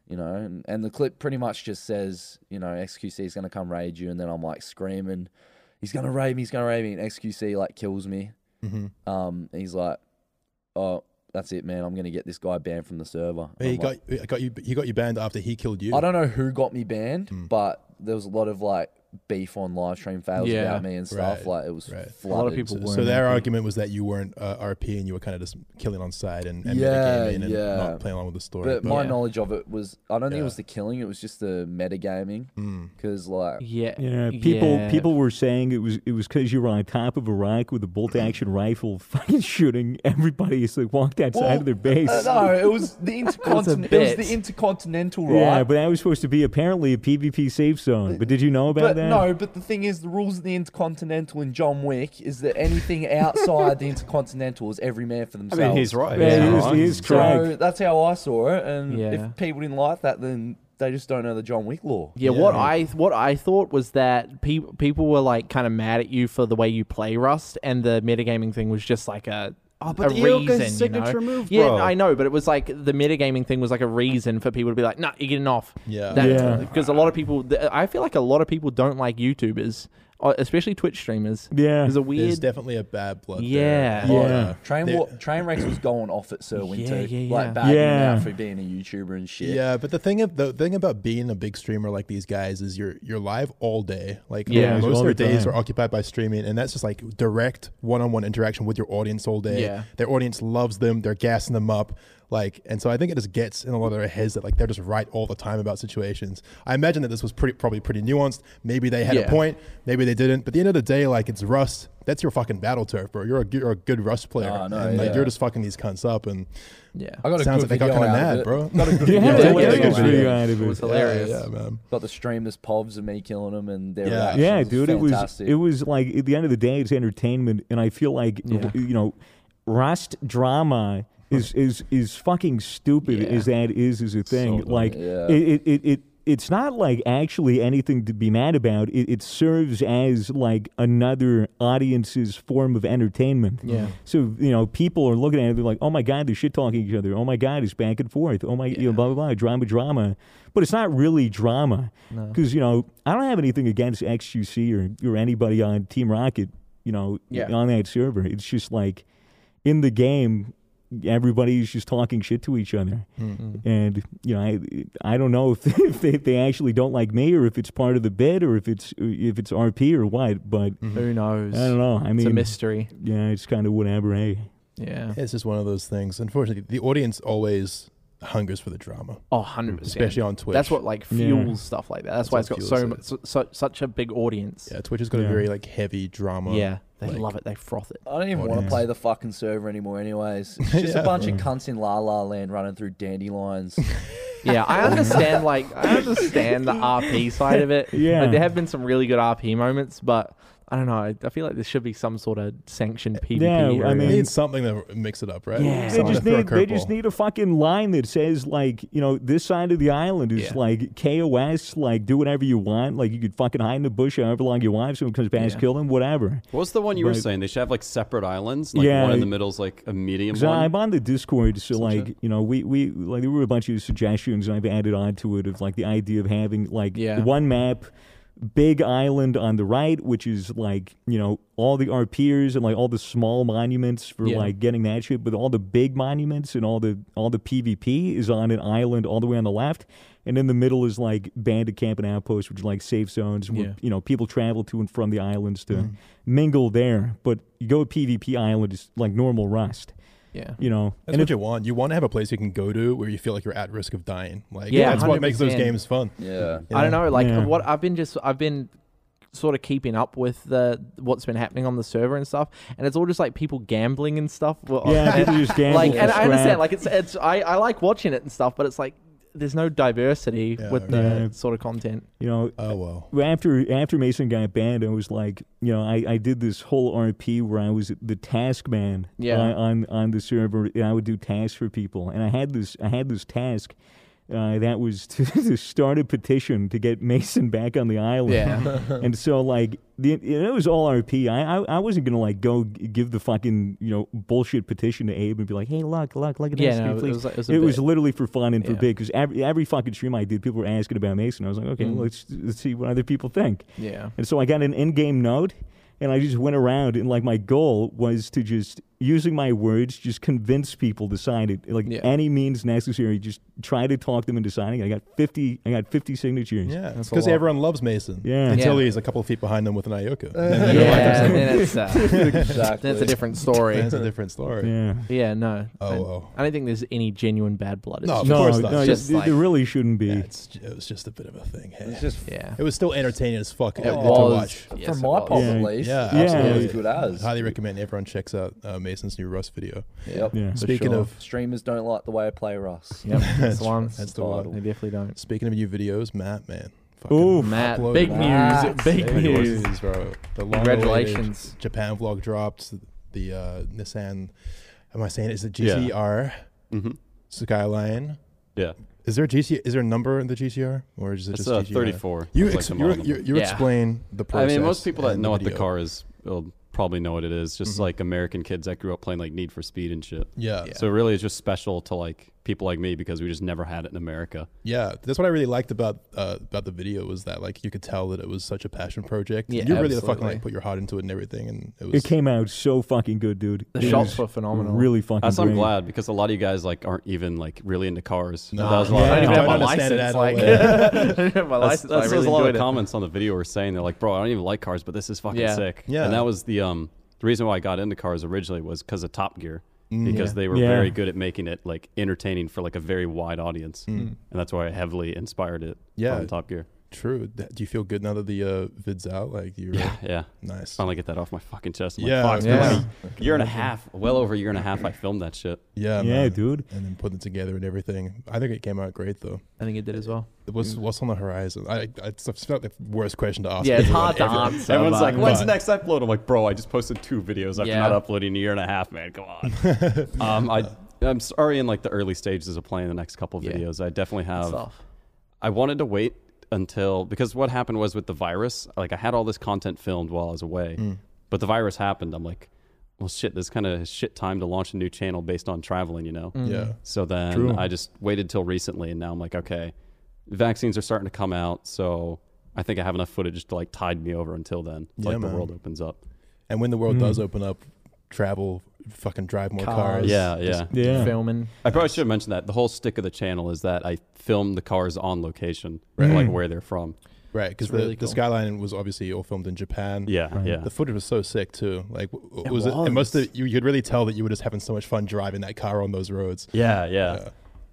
Speaker 3: you know, and, and the clip pretty much just says, you know, XQC is going to come raid you. And then I'm like screaming, he's going to raid me, he's going to raid me. And XQC like kills me.
Speaker 1: mm-hmm.
Speaker 3: Um, and he's like, oh, that's it, man. I'm going to get this guy banned from the server. And
Speaker 1: Hey, he
Speaker 3: I'm like,
Speaker 1: got he got you he got you banned after he killed you.
Speaker 3: I don't know who got me banned, but there was a lot of like beef on live stream fails
Speaker 7: Yeah.
Speaker 3: about me and stuff.
Speaker 1: Right,
Speaker 3: Like it was
Speaker 1: right. A lot of
Speaker 3: flooded.
Speaker 7: people
Speaker 1: So,
Speaker 7: weren't
Speaker 1: so their
Speaker 7: happy.
Speaker 1: argument was that you weren't uh, RP and you were kind of just killing on side and, and
Speaker 3: Yeah,
Speaker 1: metagaming and
Speaker 3: yeah.
Speaker 1: not playing along with the story.
Speaker 3: But my
Speaker 7: Yeah.
Speaker 3: knowledge of it was I don't think
Speaker 1: Yeah.
Speaker 3: it was the killing, it was just the metagaming. Because like
Speaker 7: Yeah.
Speaker 2: Yeah, people
Speaker 7: yeah.
Speaker 2: people were saying it was it was because you were on top of Iraq with a bolt action rifle, fucking shooting everybody as they walked outside of their base.
Speaker 3: Uh, no, it was the intercontinental. it,
Speaker 7: bit.
Speaker 3: was the intercontinental, right?
Speaker 2: yeah, but that was supposed to be apparently a PvP safe zone. But did you know about
Speaker 3: But
Speaker 2: that?
Speaker 3: no, but the thing is, the rules of the Intercontinental in John Wick is that anything outside the Intercontinental is every man for
Speaker 4: I
Speaker 3: themselves.
Speaker 4: mean, he's right.
Speaker 2: Yeah,
Speaker 4: He's
Speaker 2: he is-
Speaker 4: right.
Speaker 2: he is correct.
Speaker 3: So that's how I saw it, and
Speaker 7: Yeah.
Speaker 3: if people didn't like that, then they just don't know the John Wick law.
Speaker 7: Yeah,
Speaker 1: Yeah.
Speaker 7: what I what I thought was that pe- people were like kind of mad at you for the way you play Rust, and the metagaming thing was just like a
Speaker 4: Oh, but
Speaker 7: a
Speaker 4: the Eoka is
Speaker 7: reason, you know?
Speaker 4: signature move,
Speaker 7: Yeah,
Speaker 4: bro.
Speaker 7: I know, but it was like the metagaming thing was like a reason for people to be like, "Nah, you're getting off."
Speaker 1: Yeah.
Speaker 2: Yeah.
Speaker 7: Because a lot of people, th- I feel like a lot of people don't like YouTubers, uh, especially Twitch streamers.
Speaker 2: Yeah.
Speaker 7: there's a
Speaker 1: There's
Speaker 7: weird.
Speaker 1: definitely a bad blood.
Speaker 7: Yeah.
Speaker 1: there.
Speaker 2: Yeah.
Speaker 1: Uh,
Speaker 3: Train
Speaker 1: they-
Speaker 3: wa- train wrecks was going off at Sir Winter,
Speaker 7: yeah, yeah.
Speaker 3: like bagging him
Speaker 2: Yeah.
Speaker 3: out for being a YouTuber and shit.
Speaker 1: Yeah, but the thing of the thing about being a big streamer like these guys is you're you're live all day. Like
Speaker 7: Yeah,
Speaker 1: most of
Speaker 2: all
Speaker 1: their
Speaker 2: the
Speaker 1: days are
Speaker 2: time.
Speaker 1: occupied by streaming, and that's just like direct one-on-one interaction with your audience all day.
Speaker 7: Yeah.
Speaker 1: their audience loves them. They're gassing them up. Like, and so I think it just gets in a lot of their heads that like they're just right all the time about situations. I imagine that this was pretty probably pretty nuanced. Maybe they had a
Speaker 7: Yeah.
Speaker 1: point. Maybe they didn't. But at the end of the day, like it's Rust. That's your fucking battle turf, bro. You're a, you're a good Rust player,
Speaker 3: Oh, no,
Speaker 1: and like
Speaker 3: yeah.
Speaker 1: you're just fucking these cunts up. And
Speaker 7: Yeah,
Speaker 3: I got a
Speaker 1: sounds
Speaker 3: good
Speaker 1: like they got
Speaker 3: video
Speaker 1: kind of
Speaker 3: out of
Speaker 1: mad,
Speaker 3: it.
Speaker 1: bro.
Speaker 3: Got a good
Speaker 2: Yeah,
Speaker 3: video
Speaker 2: they
Speaker 3: out of
Speaker 2: got
Speaker 3: it.
Speaker 2: a good
Speaker 3: Got
Speaker 2: video out of
Speaker 7: it was
Speaker 2: it.
Speaker 7: hilarious.
Speaker 1: Yeah, yeah, man.
Speaker 3: Got the streamless pobs of me killing them and their
Speaker 1: Yeah.
Speaker 3: reactions.
Speaker 2: Yeah, dude, it was
Speaker 3: fantastic.
Speaker 2: it was like at the end of the day, it's entertainment, and I feel like
Speaker 7: Yeah.
Speaker 2: w- you know, Rust drama is is is fucking stupid
Speaker 7: Yeah.
Speaker 2: as that is as a thing. like
Speaker 3: Yeah.
Speaker 2: it, it it it. It's not like actually anything to be mad about. It, it serves as like another audience's form of entertainment.
Speaker 7: Yeah.
Speaker 2: So you know, people are looking at it. They're like, "Oh my god, they're shit talking each other. Oh my god, it's back and forth. Oh my, you know, blah blah blah, drama, drama." But it's not really drama because you know I don't have anything against XQC or or anybody on Team Rocket. You know,
Speaker 7: Yeah.
Speaker 2: on that server, it's just like in the game, everybody's just talking shit to each other,
Speaker 7: Mm-hmm.
Speaker 2: and you know, I I don't know if if they, if they actually don't like me or if it's part of the bid or if it's if it's RP or what, but.
Speaker 7: who knows?
Speaker 2: I don't know. I
Speaker 7: It's
Speaker 2: mean,
Speaker 7: a mystery.
Speaker 2: yeah, it's kind of whatever. Hey,
Speaker 7: Yeah.
Speaker 1: It's just one of those things. Unfortunately, the audience always hungers for the drama,
Speaker 7: Oh, 100 percent.
Speaker 1: especially on Twitch.
Speaker 7: That's what like fuels stuff like that. That's, why it's
Speaker 1: what
Speaker 7: got so,
Speaker 1: fuels
Speaker 7: mu- so, so such a big audience.
Speaker 1: Yeah, Twitch has got a
Speaker 2: Yeah.
Speaker 1: very like heavy drama.
Speaker 7: Yeah, they
Speaker 1: like-
Speaker 7: love it. They froth it.
Speaker 3: I don't even want to
Speaker 1: audience.
Speaker 3: play the fucking server anymore, anyways. It's just
Speaker 1: Yeah.
Speaker 3: a bunch of cunts in La La Land running through dandelions.
Speaker 7: Yeah, I understand. Like, I understand the RP side of it.
Speaker 2: Yeah.
Speaker 7: like, there have been some really good RP moments, but I don't know. I, I feel like there should be some sort of sanctioned PvP.
Speaker 2: Yeah, I
Speaker 7: area.
Speaker 1: They
Speaker 2: mean-
Speaker 1: need something to mix it up, right?
Speaker 7: Yeah.
Speaker 2: they
Speaker 1: Someone
Speaker 2: just
Speaker 1: to throw a
Speaker 2: need they just
Speaker 1: curveball.
Speaker 2: need a fucking line that says like you know this side of the island is
Speaker 7: Yeah.
Speaker 2: like KOS like do whatever you want like you could fucking hide in the bush however long you want if someone comes past
Speaker 7: Yeah.
Speaker 2: kill them whatever.
Speaker 4: What's the one you were
Speaker 2: Right.
Speaker 4: saying? They should have like separate islands. Like
Speaker 2: Yeah.
Speaker 4: one in the middle's like a medium
Speaker 2: So I'm
Speaker 4: one.
Speaker 2: on the Discord, so like you know we we like there were a bunch of suggestions I've added on to it of like the idea of having like
Speaker 7: Yeah.
Speaker 2: one map. Big island on the right, which is like you know all the RPers and like all the small monuments for
Speaker 7: Yeah.
Speaker 2: like getting that shit, but all the big monuments and all the all the PvP is on an island all the way on the left, and in the middle is like bandit camp and outposts, which are like safe zones where
Speaker 7: Yeah. Mm.
Speaker 2: you know people travel to and from the islands to mingle there. But you go to PvP island is like normal Rust
Speaker 7: yeah,
Speaker 2: you know.
Speaker 1: That's what you want. You want to have a place you can go to where you feel like you're at risk of dying. Like,
Speaker 7: Yeah,
Speaker 1: that's what makes those
Speaker 7: 100%.
Speaker 1: games fun.
Speaker 3: yeah.
Speaker 7: I don't know. Like,
Speaker 2: Yeah.
Speaker 7: what I've been just I've been sort of keeping up with the what's been happening on the server and stuff, and it's all just like people gambling and stuff. Well,
Speaker 2: yeah, people just gamble
Speaker 7: like
Speaker 2: for
Speaker 7: and I
Speaker 2: scrap.
Speaker 7: understand like it's it's I, I like watching it and stuff but it's like there's no diversity
Speaker 1: Yeah,
Speaker 7: with
Speaker 1: right.
Speaker 7: the
Speaker 2: Yeah.
Speaker 7: sort of content.
Speaker 2: You know,
Speaker 1: Oh well.
Speaker 2: after after Mason got banned, I was like, you know, I, I did this whole RP where I was the task man
Speaker 7: Yeah.
Speaker 2: on, on on the server, and I would do tasks for people, and I had this I had this task. Uh, that was to, to start a petition to get Mason back on the island.
Speaker 7: Yeah.
Speaker 2: and so, like, the, it was all RP. I, I, I wasn't going to, like, go g- give the fucking, you know, bullshit petition to Abe and be like, hey, look, look, look at
Speaker 7: Yeah,
Speaker 2: this.
Speaker 7: no,
Speaker 2: dude,
Speaker 7: it
Speaker 2: please."
Speaker 7: was- it was a
Speaker 2: it was
Speaker 7: bit.
Speaker 2: literally for fun and for
Speaker 7: Yeah.
Speaker 2: big because every, every fucking stream I did, people were asking about Mason. I was like, okay, let's, let's see what other people think.
Speaker 7: Yeah.
Speaker 2: And so I got an in-game note, and I just went around and like my goal was to just using my words, just convince people to sign it, like
Speaker 7: Yeah.
Speaker 2: any means necessary. Just try to talk them into signing. I got fifty. I got fifty signatures.
Speaker 1: Yeah,
Speaker 7: That's a
Speaker 1: because
Speaker 7: lot.
Speaker 1: everyone loves Mason.
Speaker 2: Yeah. Uh,
Speaker 1: Until
Speaker 7: Yeah.
Speaker 1: he's a couple of feet behind them with an Ioka.
Speaker 7: Yeah,
Speaker 1: Then they're like,
Speaker 7: yeah then it's, uh,
Speaker 3: Exactly.
Speaker 7: that's a different story.
Speaker 1: That's a different story.
Speaker 2: Yeah.
Speaker 7: yeah, no. I,
Speaker 1: Oh well.
Speaker 7: I don't think there's any genuine bad blood. It's
Speaker 1: No,
Speaker 7: just-
Speaker 1: Of
Speaker 2: no,
Speaker 1: course not.
Speaker 2: no,
Speaker 7: It's
Speaker 2: yeah,
Speaker 7: just
Speaker 2: there-
Speaker 7: like-
Speaker 2: there really shouldn't be.
Speaker 1: Yeah, it's, it was just a bit of a thing. Hey.
Speaker 3: It's just
Speaker 7: yeah.
Speaker 1: It was still entertaining as fuck uh,
Speaker 3: It
Speaker 1: to watch.
Speaker 3: was,
Speaker 7: Yes,
Speaker 3: from
Speaker 7: it
Speaker 3: my
Speaker 7: was.
Speaker 3: pop
Speaker 2: Yeah.
Speaker 3: at least.
Speaker 1: Yeah,
Speaker 2: Yeah.
Speaker 3: absolutely
Speaker 2: Yeah.
Speaker 3: good as.
Speaker 1: Highly recommend everyone checks out uh, Mason's new Rust video.
Speaker 3: Yep.
Speaker 2: Yeah.
Speaker 7: For
Speaker 1: Speaking
Speaker 7: sure.
Speaker 1: of,
Speaker 3: Streamers don't like the way I play Rust.
Speaker 7: Yep, that's the one.
Speaker 1: that's the
Speaker 3: Title.
Speaker 1: one.
Speaker 7: They definitely don't.
Speaker 1: Speaking of new videos, Matt, man.
Speaker 2: Ooh,
Speaker 7: Matt,
Speaker 1: upload
Speaker 7: big
Speaker 1: it.
Speaker 7: news.
Speaker 3: Matt.
Speaker 7: Big news.
Speaker 1: bro. The long-awaited
Speaker 7: Congratulations.
Speaker 1: Japan vlog dropped. The uh, Nissan, am I saying it? Is it GTR
Speaker 4: Mm-hmm.
Speaker 1: Skyline?
Speaker 4: Yeah.
Speaker 1: Is there a GC? Is there a number in the GTR, or is it
Speaker 4: It's
Speaker 1: just
Speaker 4: a
Speaker 1: GTR?
Speaker 4: 34.
Speaker 1: You,
Speaker 4: It's like
Speaker 1: ex-
Speaker 4: the
Speaker 1: you,
Speaker 4: model
Speaker 1: you,
Speaker 4: number.
Speaker 1: you
Speaker 7: Yeah.
Speaker 1: explain the
Speaker 4: I
Speaker 1: process.
Speaker 4: mean, most people that
Speaker 1: and
Speaker 4: know what the
Speaker 1: video. Mm-hmm.
Speaker 4: car is will probably know what it is. Just like American kids that grew up playing like Need for Speed and shit.
Speaker 1: Yeah.
Speaker 4: So really, it's just special to like people like me because we just never had it in America.
Speaker 1: Yeah, that's what I really liked about uh, about the video was that like you could tell that it was such a passion project.
Speaker 7: Yeah,
Speaker 1: you really fucking
Speaker 7: absolutely.
Speaker 1: like put your heart into it and everything, and it was
Speaker 2: it came out so fucking good, dude.
Speaker 7: The
Speaker 2: It
Speaker 7: shots
Speaker 2: was
Speaker 7: were phenomenal.
Speaker 2: Really fucking.
Speaker 4: That's I'm
Speaker 2: great.
Speaker 4: glad because a lot of you guys like aren't even like really into cars.
Speaker 1: No.
Speaker 4: That was a lot.
Speaker 1: Yeah,
Speaker 4: of
Speaker 7: I don't
Speaker 1: I don't
Speaker 7: even have my
Speaker 1: understand it at
Speaker 7: license. Like,
Speaker 1: all.
Speaker 7: I don't even have my
Speaker 4: That's,
Speaker 7: license.
Speaker 4: that's
Speaker 7: I really
Speaker 4: what a lot
Speaker 7: enjoyed
Speaker 4: of
Speaker 7: it.
Speaker 4: comments on the video were saying. They're like, "Bro, I don't even like cars, but this is fucking
Speaker 7: Yeah.
Speaker 4: sick."
Speaker 1: Yeah.
Speaker 4: And that was the um the reason why I got into cars originally was because of Top Gear because
Speaker 1: Yeah.
Speaker 4: they were
Speaker 2: Yeah.
Speaker 4: very good at making it like entertaining for like a very wide audience, and that's why I heavily inspired it.
Speaker 1: Mm. Yeah.
Speaker 4: From Top Gear.
Speaker 1: true. Th- Do you feel good now that the uh, vid's out? Like you,
Speaker 4: Yeah. Yeah.
Speaker 1: nice.
Speaker 7: Oh.
Speaker 4: Finally get that off my fucking chest. I'm
Speaker 1: Yeah,
Speaker 4: Like, Fuck, it's been
Speaker 7: yeah.
Speaker 4: like a year and a half, well over a year and a half. I filmed that shit.
Speaker 1: Yeah,
Speaker 2: Yeah,
Speaker 1: man.
Speaker 2: dude.
Speaker 1: And then putting it together and everything. I think it came out great though.
Speaker 7: I think it did as well.
Speaker 1: What's what's on the horizon? I, I it's it's not the worst question to ask.
Speaker 7: Mm. Yeah, it's
Speaker 1: anyone
Speaker 7: hard to
Speaker 1: ever.
Speaker 7: answer.
Speaker 4: Everyone's
Speaker 7: but-
Speaker 4: like, "When's the
Speaker 1: But-
Speaker 4: next upload?" I'm like, "Bro, I just posted two videos. I've
Speaker 7: Yeah.
Speaker 4: not uploaded in a year and a half, man. Come on." um, I I'm sorry in like the early stages of playing the next couple
Speaker 7: Yeah.
Speaker 4: videos. I definitely have.
Speaker 6: Um,
Speaker 7: Stuff.
Speaker 4: I wanted to wait until because what happened was with the virus, like I had all this content filmed while I was away, but the virus happened. I'm like, well, shit, this kind of shit time to launch a new channel based on traveling, you know?
Speaker 1: Yeah.
Speaker 4: So then
Speaker 2: True.
Speaker 4: I just waited till recently, and now I'm like, okay, vaccines are starting to come out, so I think I have enough footage to like tide me over until then, till,
Speaker 1: Yeah,
Speaker 4: like
Speaker 1: man.
Speaker 4: the world opens up.
Speaker 1: And when the world does
Speaker 2: Mm.
Speaker 1: open up, travel, fucking drive more cars.
Speaker 7: Cars.
Speaker 4: Yeah, yeah.
Speaker 1: Just-
Speaker 2: Yeah.
Speaker 7: Filming.
Speaker 4: I probably should have mentioned that the whole stick of the channel is that I film the cars on location, like where they're from.
Speaker 1: Right, because
Speaker 7: It's
Speaker 1: the,
Speaker 7: really
Speaker 1: the
Speaker 7: cool.
Speaker 1: skyline was obviously all filmed in Japan.
Speaker 4: Yeah, yeah.
Speaker 1: The footage was so sick too. Like, w- w-
Speaker 4: It
Speaker 1: was it, it must
Speaker 4: was.
Speaker 1: have you you could really tell that you were just having so much fun driving that car on those roads.
Speaker 4: Yeah, yeah.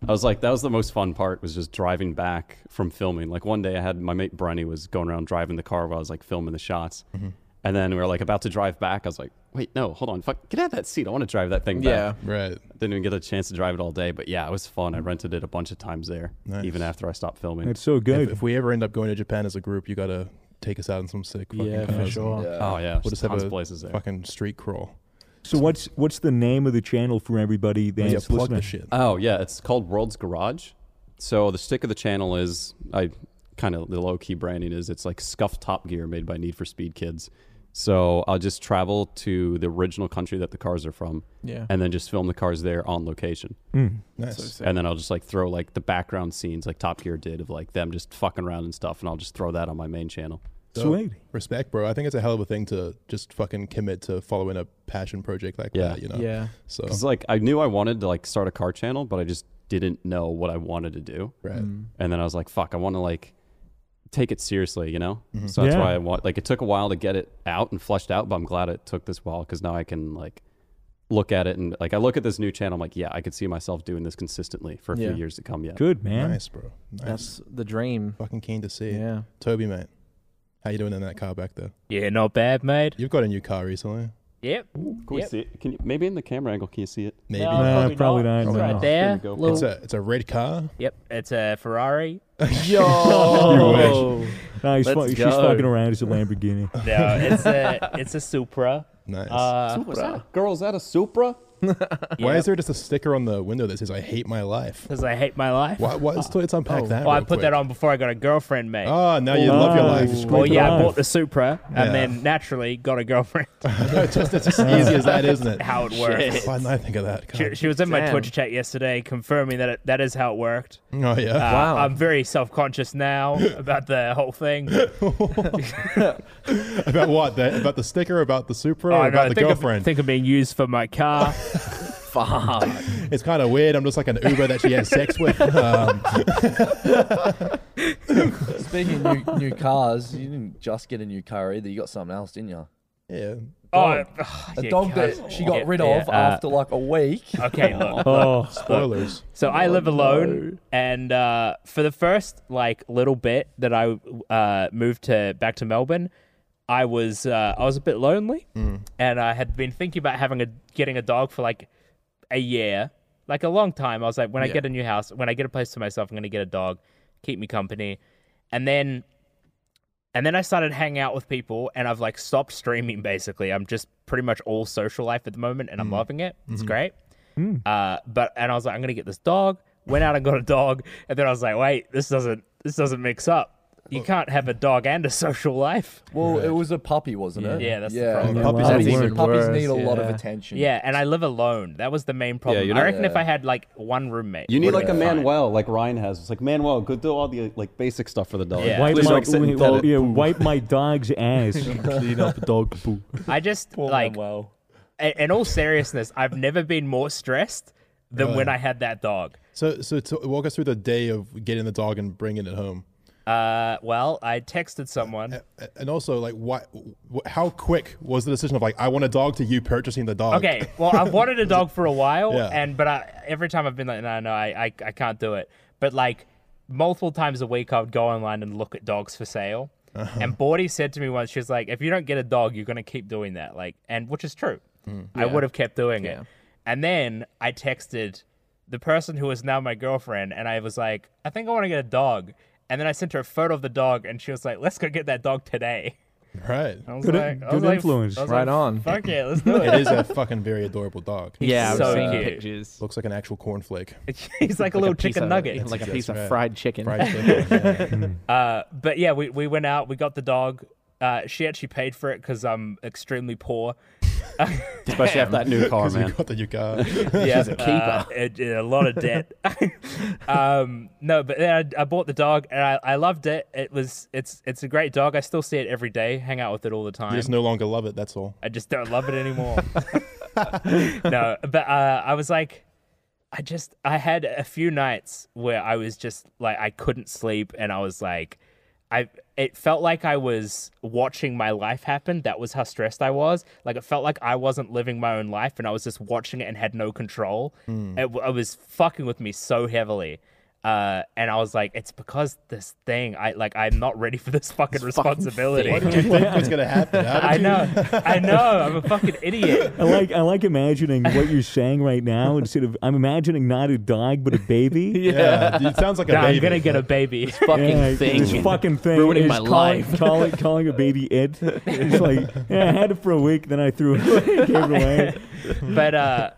Speaker 4: I was like, that was the most fun part was just driving back from filming. Like one day I had my mate Brenny was going around driving the car while I was like filming the shots. And then we were like about to drive back. I was like, wait, no, hold on. Fuck, get out of that seat. I want to drive that thing
Speaker 7: Yeah.
Speaker 4: back.
Speaker 1: Right.
Speaker 4: Didn't even get a chance to drive it all day. But yeah, it was fun. I rented it a bunch of times there,
Speaker 1: Mm. Nice.
Speaker 4: even after I stopped filming.
Speaker 2: It's so
Speaker 1: If,
Speaker 2: good.
Speaker 1: if we ever end up going to Japan as a group, you gotta take us out in some sick fucking
Speaker 7: Yeah, for
Speaker 1: cars.
Speaker 7: sure.
Speaker 4: oh, yeah.
Speaker 1: uh, We'll
Speaker 4: just
Speaker 1: just have
Speaker 4: tons
Speaker 1: a
Speaker 4: of places there.
Speaker 1: fucking street crawl.
Speaker 2: so what's what's the name of the channel for everybody that's
Speaker 1: yeah, plug
Speaker 2: listening?
Speaker 1: the shit.
Speaker 4: Oh yeah, it's called World's Garage. So the stick of the channel is I kind of the low key branding is it's like scuffed Top Gear made by Need for Speed kids. So I'll just travel to the original country that the cars are from,
Speaker 7: Yeah.
Speaker 4: and then just film the cars there on location.
Speaker 1: nice.
Speaker 4: And then I'll just like throw like the background scenes like Top Gear did of like them just fucking around and stuff, and I'll just throw that on my main channel.
Speaker 1: So,
Speaker 2: Sweet.
Speaker 1: Respect, bro. I think it's a hell of a thing to just fucking commit to following a passion project like
Speaker 4: Yeah.
Speaker 1: that. You know.
Speaker 7: Yeah.
Speaker 1: So
Speaker 4: Because like I knew I wanted to like start a car channel, but I just didn't know what I wanted to do.
Speaker 1: right.
Speaker 2: mm,
Speaker 4: and then I was like, "Fuck, I want to like take it seriously," you know. So that's
Speaker 2: Yeah.
Speaker 4: why I want. Like, it took a while to get it out and flushed out, but I'm glad it took this while because now I can like look at it and like I look at this new channel. I'm like, yeah, I could see myself doing this consistently for a
Speaker 7: Yeah.
Speaker 4: few years to come. Yeah.
Speaker 2: Good man.
Speaker 1: Nice, bro. Nice.
Speaker 7: That's the dream.
Speaker 1: fucking keen to see.
Speaker 7: Yeah.
Speaker 1: Toby, mate. How you doing in that car back there?
Speaker 6: Yeah, not bad, mate.
Speaker 1: You've got a new car recently.
Speaker 6: Yep.
Speaker 4: Can we
Speaker 6: yep.
Speaker 4: see it? Can you, maybe in the camera angle, can you see it?
Speaker 1: Maybe.
Speaker 6: No,
Speaker 2: Nah, probably not.
Speaker 6: It's
Speaker 2: Probably
Speaker 6: right
Speaker 1: not.
Speaker 6: there.
Speaker 4: Didn't go for
Speaker 6: Little-
Speaker 1: It's a it's a red car.
Speaker 6: yep, it's a Ferrari.
Speaker 1: Oh.
Speaker 2: Nah, he's
Speaker 3: Let's
Speaker 2: fu- she's
Speaker 3: go.
Speaker 2: fucking around. It's a Lamborghini.
Speaker 6: No, it's a it's a Supra.
Speaker 1: Nice.
Speaker 6: Uh,
Speaker 4: Was that a, girl, is that a Supra?
Speaker 1: Why is there just a sticker on the window that says "I hate my life"?
Speaker 6: because I hate my life.
Speaker 1: Why? why let's, let's unpack that.
Speaker 6: Well, Oh. I
Speaker 1: real
Speaker 6: put
Speaker 1: quick.
Speaker 6: that on before I got a girlfriend, mate.
Speaker 1: Oh, now you love your
Speaker 2: Oh.
Speaker 1: life.
Speaker 2: Screw
Speaker 6: well,
Speaker 2: Great
Speaker 6: yeah, I
Speaker 2: life.
Speaker 6: bought the Supra
Speaker 1: Yeah.
Speaker 6: and then naturally got a girlfriend.
Speaker 1: just it's as easy as that, isn't it?
Speaker 6: how it works.
Speaker 1: Why didn't I think of that? God.
Speaker 6: She, she was in my
Speaker 7: Damn.
Speaker 6: Twitch chat yesterday confirming that it, that is how it worked.
Speaker 1: Oh yeah.
Speaker 6: Uh,
Speaker 7: Wow.
Speaker 6: I'm very self conscious now about the whole thing. Oh,
Speaker 1: about what? The, about the sticker? About the Supra? or
Speaker 6: Oh, I know,
Speaker 1: about
Speaker 6: I
Speaker 1: the
Speaker 6: think
Speaker 1: girlfriend?
Speaker 6: Of, think of being used for my car.
Speaker 3: Fuck.
Speaker 1: it's kind of weird. I'm just like an Uber that she has sex with. Um,
Speaker 3: Speaking of new, new cars, you didn't just get a new car either. You got something else, didn't you?
Speaker 1: yeah.
Speaker 6: oh,
Speaker 3: A dog that she got rid of after like a week.
Speaker 6: uh, Okay, look.
Speaker 2: oh,
Speaker 1: Spoilers.
Speaker 6: So I live alone, and uh, for the first like little bit that I uh, moved to back to Melbourne, I was uh, I was a bit lonely, and I had been thinking about having a getting a dog for like a year, like a long time. I was like, when I get a new house, when I get a place to myself, I'm gonna get a dog, keep me company, and then and then I started hanging out with people, and I've like stopped streaming. Basically, I'm just pretty much all social life at the moment, and I'm loving it. It's great. Uh, but and I was like, I'm gonna get this dog. Went out and got a dog, and then I was like, wait, this doesn't this doesn't mix up.
Speaker 4: Oh.
Speaker 6: You can't have a dog and a social life.
Speaker 3: Well, it was a puppy, wasn't it?
Speaker 6: Yeah, that's the
Speaker 3: yeah.
Speaker 6: problem.
Speaker 2: Wow.
Speaker 3: Puppies,
Speaker 2: That's
Speaker 3: need,
Speaker 7: even
Speaker 3: puppies
Speaker 7: worse,
Speaker 3: need a lot of
Speaker 7: yeah.
Speaker 3: attention.
Speaker 6: Yeah, and I live alone. That was the main problem.
Speaker 4: you're
Speaker 6: I
Speaker 4: not-
Speaker 6: reckon if I had like one roommate,
Speaker 4: You need
Speaker 6: would've
Speaker 4: like a
Speaker 6: been fine.
Speaker 4: Manuel, like Ryan has. It's like Manuel, go do all the like basic stuff for the dog.
Speaker 6: Yeah.
Speaker 2: wipe
Speaker 4: Please
Speaker 2: my,
Speaker 4: like sit and
Speaker 2: well,
Speaker 4: pet it.
Speaker 2: yeah, wipe my dog's ass.
Speaker 1: Clean up dog poo.
Speaker 6: I just like,
Speaker 3: well.
Speaker 6: a- in all seriousness, I've never been more stressed than when I had that dog.
Speaker 1: So, so to walk us through the day of getting the dog and bringing it home,
Speaker 6: Uh, well, I texted someone.
Speaker 1: A- and also like why, wh- how quick was the decision of like I want a dog to you purchasing the dog?
Speaker 6: Okay, well, I've wanted a dog for a while,
Speaker 1: Yeah.
Speaker 6: and but I, every time I've been like, no, no, I, I, I can't do it. But like multiple times a week, I would go online and look at dogs for sale.
Speaker 2: Uh-huh.
Speaker 6: And Bordy said to me once, she's like, if you don't get a dog, you're gonna keep doing that, like, and which is true.
Speaker 2: Mm.
Speaker 6: I would have kept doing it. And then I texted the person who is now my girlfriend, and I was like, I think I want to get a dog. And then I sent her a photo of the dog, and she was like, let's go get that dog today.
Speaker 1: Right.
Speaker 6: I was
Speaker 2: Good-
Speaker 6: like, I
Speaker 2: good
Speaker 6: was like-
Speaker 2: influence.
Speaker 6: I was
Speaker 7: Right
Speaker 6: like,
Speaker 7: on.
Speaker 6: Fuck yeah, let's do
Speaker 1: It
Speaker 6: it.
Speaker 1: is a fucking very adorable dog.
Speaker 7: Yeah, I've
Speaker 6: So
Speaker 7: seen
Speaker 6: cute.
Speaker 7: pictures.
Speaker 1: Looks like an actual cornflake.
Speaker 6: He's like a little chicken nugget.
Speaker 7: like a
Speaker 1: That's
Speaker 7: piece of
Speaker 1: right.
Speaker 7: fried chicken.
Speaker 1: Fried chicken. yeah.
Speaker 6: Uh, but yeah, we, we went out, we got the dog. Uh, she actually paid for it because I'm extremely poor.
Speaker 4: Especially after that new car,
Speaker 1: You
Speaker 4: man.
Speaker 1: got that you got.
Speaker 6: Yeah, She's a keeper. a, lot of debt. um, no, but then I, I bought the dog and I, I loved it. It was it's it's a great dog. I still see it every day. Hang out with it all the time.
Speaker 1: You just no longer love it. That's all.
Speaker 6: I just don't love it anymore. no, but uh, I was like, I just, I had a few nights where I was just like, I couldn't sleep, and I was like, I, it felt like I was watching my life happen. That was how stressed I was. Like, it felt like I wasn't living my own life, and I was just watching it and had no control. It, w- it was fucking with me so heavily. Uh, and I was like, it's because this thing, I like, I'm not ready for this fucking responsibility.
Speaker 1: What do you think was gonna happen? How did
Speaker 6: I
Speaker 1: you-
Speaker 6: know, I know. I'm a fucking idiot.
Speaker 2: I like I like imagining what you're saying right now instead of I'm imagining not a dog but a baby.
Speaker 1: Yeah, it sounds like a
Speaker 6: Nah,
Speaker 1: baby.
Speaker 6: I'm gonna get a baby.
Speaker 7: Fucking
Speaker 2: Yeah,
Speaker 7: thing.
Speaker 2: This fucking thing.
Speaker 7: Ruining
Speaker 2: is
Speaker 7: my
Speaker 2: calling,
Speaker 7: life.
Speaker 2: Calling, calling a baby it. It's like, yeah, I had it for a week, then I threw it away. Gave it away.
Speaker 6: but uh,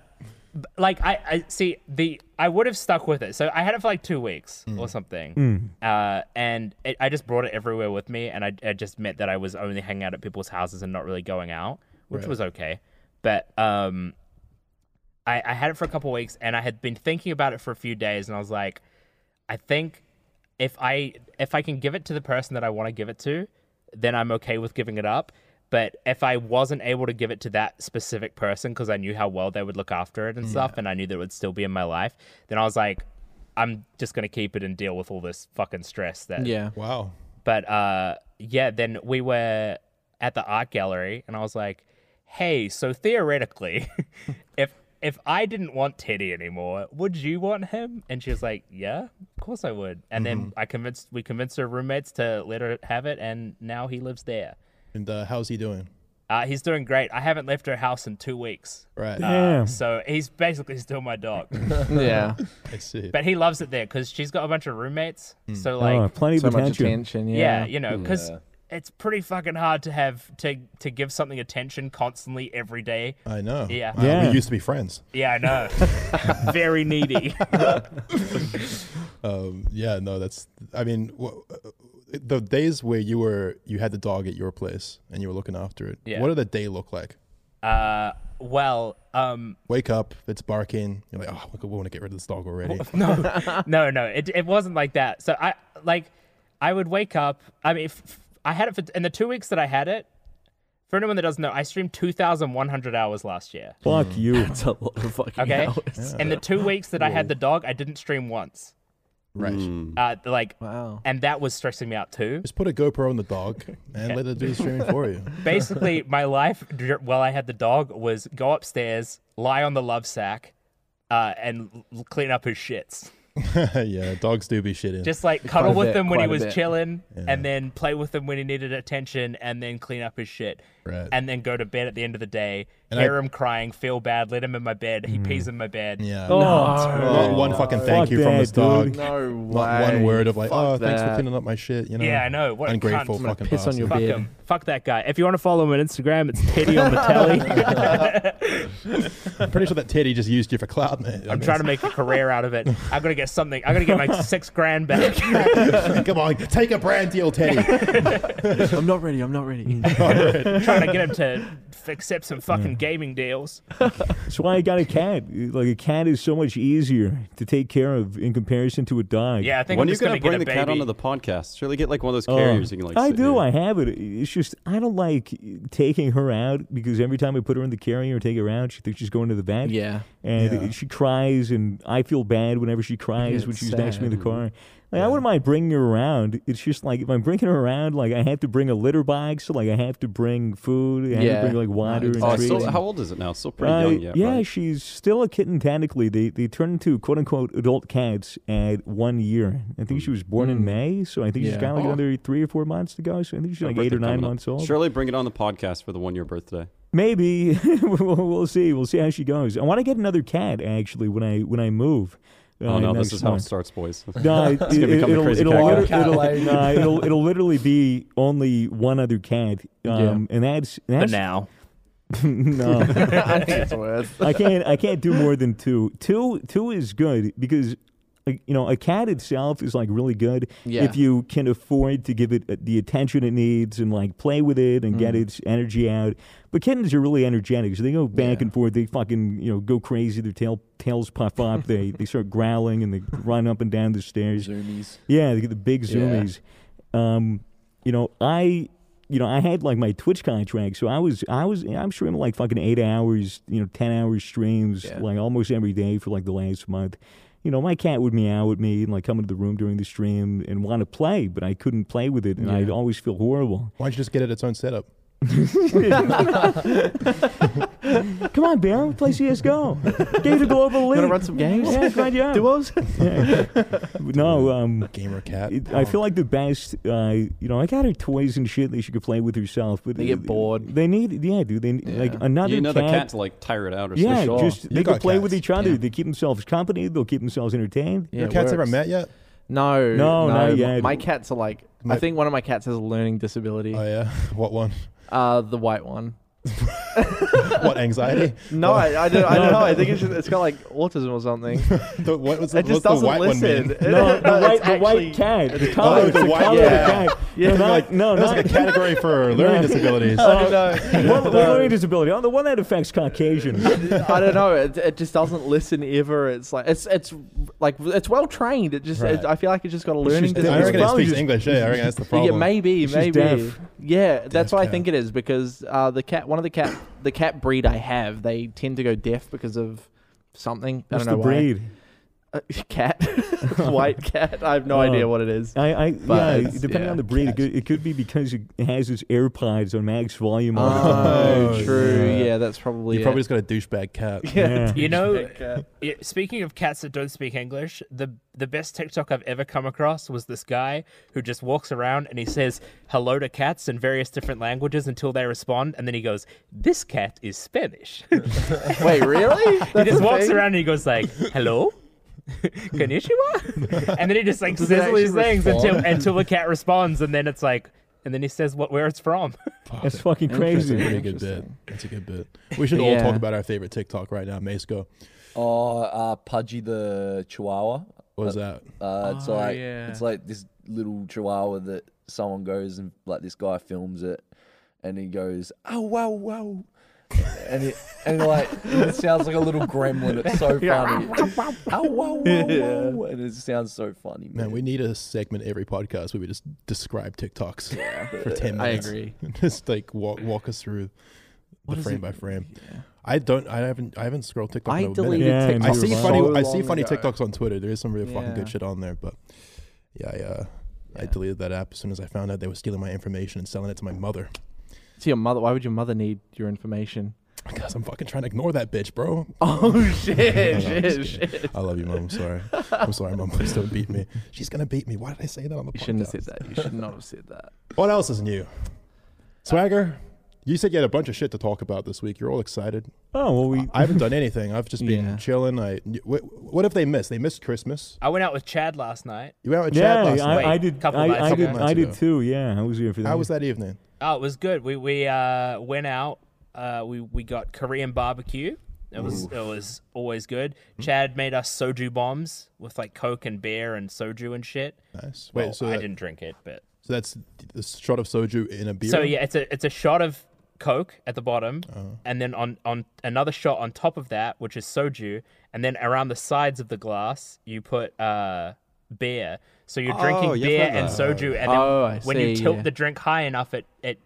Speaker 6: b- like I, I see the I would have stuck with it. So I had it for like two weeks or
Speaker 1: Mm.
Speaker 6: something, uh, and it, I just brought it everywhere with me, and I, it just meant that I was only hanging out at people's houses and not really going out, which was okay. But um, I, I had it for a couple weeks, and I had been thinking about it for a few days, and I was like, I think if I if I can give it to the person that I want to give it to, then I'm okay with giving it up. But if I wasn't able to give it to that specific person because I knew how well they would look after it and stuff, and I knew that it would still be in my life, then I was like, I'm just gonna keep it and deal with all this fucking stress that
Speaker 7: Yeah.
Speaker 1: Wow.
Speaker 6: but uh, yeah, then we were at the art gallery, and I was like, "Hey, so theoretically, if if I didn't want Teddy anymore, would you want him?" And she was like, "Yeah, of course I would." And then
Speaker 2: Mm-hmm.
Speaker 6: I convinced we convinced her roommates to let her have it, and now he lives there.
Speaker 1: And uh, how's he doing?
Speaker 6: Uh, he's doing great. I haven't left her house in two weeks.
Speaker 1: Right.
Speaker 6: Uh,
Speaker 2: Damn.
Speaker 6: so he's basically still my dog.
Speaker 7: yeah.
Speaker 1: I see.
Speaker 6: but he loves it there because she's got a bunch of roommates. So, like,
Speaker 2: oh, plenty of
Speaker 7: so much
Speaker 2: attention.
Speaker 7: attention.
Speaker 6: yeah,
Speaker 7: Yeah.
Speaker 6: you know, because
Speaker 3: Yeah.
Speaker 6: it's pretty fucking hard to have to to give something attention constantly every day.
Speaker 1: I know.
Speaker 6: Yeah.
Speaker 1: Wow,
Speaker 2: Yeah.
Speaker 1: We used to be friends.
Speaker 6: Yeah, I know. Very needy.
Speaker 1: Um, yeah. No, that's. I mean, wh- the days where you were you had the dog at your place and you were looking after it.
Speaker 6: Yeah.
Speaker 1: What did that day look like?
Speaker 6: Uh, well, um,
Speaker 1: Wake up, it's barking. You're like, oh, we want to get rid of this dog already.
Speaker 6: no, no, it it wasn't like that. So I like, I would wake up. I mean, f- f- I had it for in the two weeks that I had it. For anyone that doesn't know, I streamed two thousand one hundred hours last year.
Speaker 2: Fuck you.
Speaker 7: It's a lot of fucking
Speaker 6: Okay,
Speaker 7: hours.
Speaker 6: in the two weeks that I had the dog, I didn't stream once.
Speaker 1: Right.
Speaker 7: Hmm.
Speaker 6: Uh, like,
Speaker 7: Wow.
Speaker 6: and that was stressing me out too.
Speaker 1: Just put a GoPro on the dog and let it do the streaming for you.
Speaker 6: basically my life dur- while I had the dog was go upstairs, lie on the love sack, uh, and l- l- clean up his shits.
Speaker 1: yeah, dogs do be shitting.
Speaker 6: Just like cuddle
Speaker 7: a
Speaker 6: with
Speaker 7: bit,
Speaker 6: him when he
Speaker 7: quite a
Speaker 6: was
Speaker 7: bit.
Speaker 6: chilling, and then play with him when he needed attention, and then clean up his shit,
Speaker 1: Right.
Speaker 6: and then go to bed at the end of the day.
Speaker 1: And
Speaker 6: hear
Speaker 1: I-
Speaker 6: him crying, feel bad, let him in my bed.
Speaker 7: Mm.
Speaker 6: He pees in my bed.
Speaker 1: yeah.
Speaker 2: Oh,
Speaker 1: Not one fucking thank
Speaker 2: Fuck
Speaker 1: you from
Speaker 2: that,
Speaker 1: this dog.
Speaker 2: dude.
Speaker 7: No way.
Speaker 1: Not one word of like,
Speaker 7: Fuck
Speaker 1: oh, thanks for
Speaker 7: that.
Speaker 1: cleaning up my shit. You know.
Speaker 6: Yeah, I know. What a
Speaker 1: Ungrateful
Speaker 6: cunt. I'm gonna
Speaker 1: fucking
Speaker 7: piss on your
Speaker 1: bastard.
Speaker 6: Fuck
Speaker 7: Beard.
Speaker 6: him. Fuck that guy. If you want to follow him on Instagram, it's Teddy on the telly.
Speaker 1: I'm pretty sure that Teddy just used you for cloud, man.
Speaker 6: I'm trying to make a career out of it. I'm gonna get something. I'm gonna get my six grand back.
Speaker 1: to. Come on, take a brand deal, Teddy.
Speaker 7: I'm not ready. I'm not ready.
Speaker 6: trying to get him to f- accept some fucking gaming deals.
Speaker 2: That's why I got a cat. Like a cat is so much easier to take care of in comparison to a dog.
Speaker 6: Yeah, I think
Speaker 4: When are
Speaker 6: I'm
Speaker 4: you
Speaker 6: just gonna,
Speaker 4: gonna bring
Speaker 6: get a
Speaker 4: the
Speaker 6: baby.
Speaker 4: cat onto the podcast? Surely get like one of those
Speaker 2: Oh,
Speaker 4: carriers you can like.
Speaker 2: I
Speaker 4: sit
Speaker 2: do.
Speaker 4: near.
Speaker 2: I have it. It's just I don't like taking her out because every time I put her in the carrier or take her out, she thinks she's going to the vet.
Speaker 7: Yeah.
Speaker 2: and
Speaker 1: Yeah.
Speaker 2: she cries, and I feel bad whenever she cries
Speaker 7: Yeah,
Speaker 2: when
Speaker 7: it's
Speaker 2: she's next to me in the
Speaker 7: sad.
Speaker 2: car. Like I wouldn't mind bringing her around. It's just like if I'm bringing her around, like I have to bring a litter box, so like I have to bring food, I
Speaker 7: Yeah.
Speaker 2: have to bring like water
Speaker 7: Oh,
Speaker 2: and
Speaker 4: Oh, it's
Speaker 2: treats.
Speaker 4: still,
Speaker 2: and-
Speaker 4: how old is it now? It's still pretty
Speaker 2: Uh,
Speaker 4: young yet.
Speaker 2: yeah,
Speaker 4: right?
Speaker 2: she's still a kitten technically. They they turn into quote unquote adult cats at one year. I think she was born
Speaker 4: Hmm.
Speaker 2: in May, so I think she's
Speaker 7: Yeah.
Speaker 4: Oh.
Speaker 2: got like another three or four months to go. So I think she's like
Speaker 4: Birthday
Speaker 2: eight or nine
Speaker 4: coming up.
Speaker 2: months old.
Speaker 4: Surely bring it on the podcast for the one year birthday.
Speaker 2: Maybe we'll, we'll see. We'll see how she goes. I want to get another cat actually when I when I move. Uh,
Speaker 4: Oh no, this
Speaker 2: next
Speaker 4: is how it
Speaker 2: month.
Speaker 4: starts, boys.
Speaker 2: No, it, it,
Speaker 4: become the
Speaker 2: it'll,
Speaker 4: crazy
Speaker 2: it'll,
Speaker 4: cat
Speaker 2: liter-
Speaker 4: guy.
Speaker 2: it'll, nah, it'll, it'll literally be only one other cat, um, and that's
Speaker 6: For
Speaker 2: that's
Speaker 6: now,
Speaker 2: no.
Speaker 7: I think it's worth.
Speaker 2: I can't I can't do more than two. Two two is good because like, you know a cat itself is like really good
Speaker 7: Yeah.
Speaker 2: if you can afford to give it uh, the attention it needs and like play with it and
Speaker 7: Mm-hmm.
Speaker 2: get its energy out. But kittens are really energetic, so they go back and forth. They fucking you know go crazy. Their tail tails puff up. they they start growling and they run up and down the stairs.
Speaker 3: Zoomies.
Speaker 2: Yeah, they get the big zoomies. Um, you know, I you know, I had like my Twitch contract, so I was I was I'm streaming like fucking eight hours, you know, ten hour streams
Speaker 7: Yeah.
Speaker 2: like almost every day for like the last month. You know, my cat would meow at me and like come into the room during the stream and want to play, but I couldn't play with it and I'd always feel horrible.
Speaker 1: Why don't you just get it its own setup?
Speaker 2: Come on, Bill, play CSGO. Get to global league.
Speaker 7: Gonna run some games?
Speaker 2: Yeah, good job.
Speaker 7: Duos?
Speaker 2: No, um
Speaker 1: Gamer cat.
Speaker 2: It, I feel like the best, uh, you know, I got her toys and shit that she could play with herself. But
Speaker 7: They get bored.
Speaker 2: They need, yeah, dude. They like
Speaker 7: Yeah.
Speaker 2: another
Speaker 4: you know the cat
Speaker 2: cat.
Speaker 4: to like tire it out or
Speaker 2: yeah,
Speaker 4: something.
Speaker 2: just
Speaker 1: You
Speaker 2: they can
Speaker 1: got
Speaker 2: play with
Speaker 1: cats,
Speaker 2: each other.
Speaker 7: yeah.
Speaker 2: They keep themselves company. They'll keep themselves entertained.
Speaker 7: Yeah,
Speaker 1: Your
Speaker 7: it
Speaker 1: cat's ever
Speaker 7: works.
Speaker 1: met yet?
Speaker 7: No,
Speaker 2: No, not yet.
Speaker 7: My cats are like.
Speaker 1: My-
Speaker 7: I think one of my cats has a learning disability.
Speaker 1: Oh yeah. What one?
Speaker 7: Uh, the white one.
Speaker 1: What anxiety?
Speaker 7: No, I, I don't. I don't know. I think it's just, it's got like autism or something. It
Speaker 1: The, what was the, what's
Speaker 7: just
Speaker 1: the
Speaker 7: doesn't
Speaker 1: white one
Speaker 7: listen.
Speaker 1: mean?
Speaker 2: No, the,
Speaker 7: it's
Speaker 2: white, the
Speaker 7: actually-
Speaker 2: white cat. The color,
Speaker 1: the
Speaker 2: the,
Speaker 1: white-
Speaker 2: color
Speaker 1: yeah.
Speaker 2: of the cat.
Speaker 7: Yeah,
Speaker 2: no, not,
Speaker 1: like-
Speaker 2: no,
Speaker 1: That's like
Speaker 2: not
Speaker 1: a category for learning
Speaker 2: No.
Speaker 1: disabilities.
Speaker 7: I don't know.
Speaker 2: what, what learning disability. Oh, the one that affects Caucasian.
Speaker 7: I don't know. It, it just doesn't listen ever. It's like it's it's like it's well trained. It just
Speaker 1: Right.
Speaker 7: it, I feel like it's just got a learning
Speaker 2: just deaf.
Speaker 1: I
Speaker 7: disability.
Speaker 1: reckon it
Speaker 2: probably
Speaker 1: speaks
Speaker 2: just-
Speaker 1: English. Yeah, I reckon that's the problem.
Speaker 7: Yeah, maybe,
Speaker 2: She's
Speaker 7: maybe.
Speaker 2: deaf.
Speaker 7: Yeah, that's
Speaker 1: Deaf
Speaker 7: what I
Speaker 1: cat.
Speaker 7: think it is because uh, the cat, one of the cat, the cat breed I have, they tend to go deaf because of something. I
Speaker 2: That's
Speaker 7: don't know
Speaker 2: the
Speaker 7: why.
Speaker 2: breed.
Speaker 7: Uh, cat, white cat. I have
Speaker 1: Oh.
Speaker 7: no idea what it is.
Speaker 2: I, I
Speaker 7: But,
Speaker 2: yeah, depending
Speaker 7: yeah,
Speaker 2: on the breed, it could, it could be because it has its AirPods on max volume. all the time.
Speaker 7: Oh,
Speaker 1: Oh,
Speaker 7: true.
Speaker 1: yeah.
Speaker 7: Yeah. that's probably.
Speaker 1: You
Speaker 7: it.
Speaker 1: probably just got a douchebag cat.
Speaker 7: yeah.
Speaker 6: You know,
Speaker 7: cat.
Speaker 6: yeah, speaking of cats that don't speak English, the the best TikTok I've ever come across was this guy who just walks around and he says hello to cats in various different languages until they respond, and then he goes, "This cat is Spanish." he
Speaker 7: Wait, really? That's
Speaker 6: just
Speaker 7: a
Speaker 6: walks
Speaker 7: thing?
Speaker 6: around and he goes like, "Hello." Konnichiwa? and then he just like
Speaker 7: Does it
Speaker 6: says all these
Speaker 7: actually
Speaker 6: things
Speaker 7: respond?
Speaker 6: until until the cat responds, and then it's like, and then he says what where it's from.
Speaker 2: That's fucking
Speaker 1: That's a
Speaker 2: crazy.
Speaker 1: pretty good bit. That's a good bit. We should all talk
Speaker 7: Yeah.
Speaker 1: about our favorite TikTok right now. Mace, go.
Speaker 3: Oh, uh, Pudgy the Chihuahua.
Speaker 1: What was that?
Speaker 3: Uh, it's
Speaker 7: Oh,
Speaker 3: like
Speaker 7: yeah.
Speaker 3: it's like this little Chihuahua that someone goes and like this guy films it, and he goes, "Oh wow wow," and it and like it sounds like a little gremlin. It's so funny. oh wow wow wow, and it sounds so funny. Man,
Speaker 1: Man, we need a segment every podcast where we just describe TikToks for ten
Speaker 7: I
Speaker 1: minutes.
Speaker 7: agree.
Speaker 1: just like walk walk us through the frame by frame. I don't. I haven't. I haven't scrolled TikTok.
Speaker 7: I
Speaker 1: in a
Speaker 7: deleted
Speaker 1: Minute.
Speaker 2: Yeah,
Speaker 7: TikTok.
Speaker 1: I
Speaker 2: TikTok
Speaker 1: see
Speaker 2: so
Speaker 1: funny. I
Speaker 7: long
Speaker 1: see funny
Speaker 7: ago.
Speaker 1: TikToks on Twitter. There is some real fucking
Speaker 7: Yeah.
Speaker 1: good shit on there, but yeah, I, uh, I deleted that app as soon as I found out they were stealing my information and selling it to my mother.
Speaker 7: To your mother. Why would your mother need your information?
Speaker 1: Because I'm fucking trying to ignore that bitch, bro.
Speaker 7: Oh shit!
Speaker 1: I'm just
Speaker 7: shit! Shit!
Speaker 1: I love you, mom. I'm sorry. I'm sorry, mom. Please don't beat me. She's gonna beat me. Why did I say that on the podcast?
Speaker 7: You shouldn't have said that. You should not have said that.
Speaker 1: What else is new? Swagger, you said you had a bunch of shit to talk about this week. You're all excited.
Speaker 2: Oh well, we
Speaker 1: I haven't done anything. I've just been
Speaker 7: Yeah.
Speaker 1: chilling. I what, what if they missed? They missed Christmas.
Speaker 6: I went out with Chad last night.
Speaker 1: You went out with
Speaker 2: yeah,
Speaker 1: Chad last
Speaker 2: I,
Speaker 1: night.
Speaker 2: I did.
Speaker 6: couple
Speaker 2: I,
Speaker 6: nights
Speaker 2: I
Speaker 6: ago.
Speaker 2: did.
Speaker 1: Couple
Speaker 2: I
Speaker 1: nights
Speaker 2: did
Speaker 1: ago.
Speaker 2: too. Yeah, I was here for that.
Speaker 1: How was that evening?
Speaker 6: Oh, it was good. We we uh, went out. Uh, we we got Korean barbecue. It was it was always good. Chad made us soju bombs with like Coke and beer and soju and shit.
Speaker 1: Nice. Wait,
Speaker 6: Well,
Speaker 1: so,
Speaker 6: I
Speaker 1: that-
Speaker 6: didn't drink it, but
Speaker 1: so that's the shot of soju in a beer.
Speaker 6: so yeah, it's a it's a shot of Coke at the bottom, and then on on another shot on top of that, which is soju, and then around the sides of the glass you put uh beer. So you're
Speaker 4: Oh,
Speaker 6: drinking
Speaker 4: yeah,
Speaker 6: beer
Speaker 4: I've
Speaker 6: and
Speaker 4: heard
Speaker 6: soju, and then
Speaker 7: Oh, I
Speaker 6: when you
Speaker 7: see,
Speaker 6: tilt
Speaker 7: yeah.
Speaker 6: the drink high enough, it it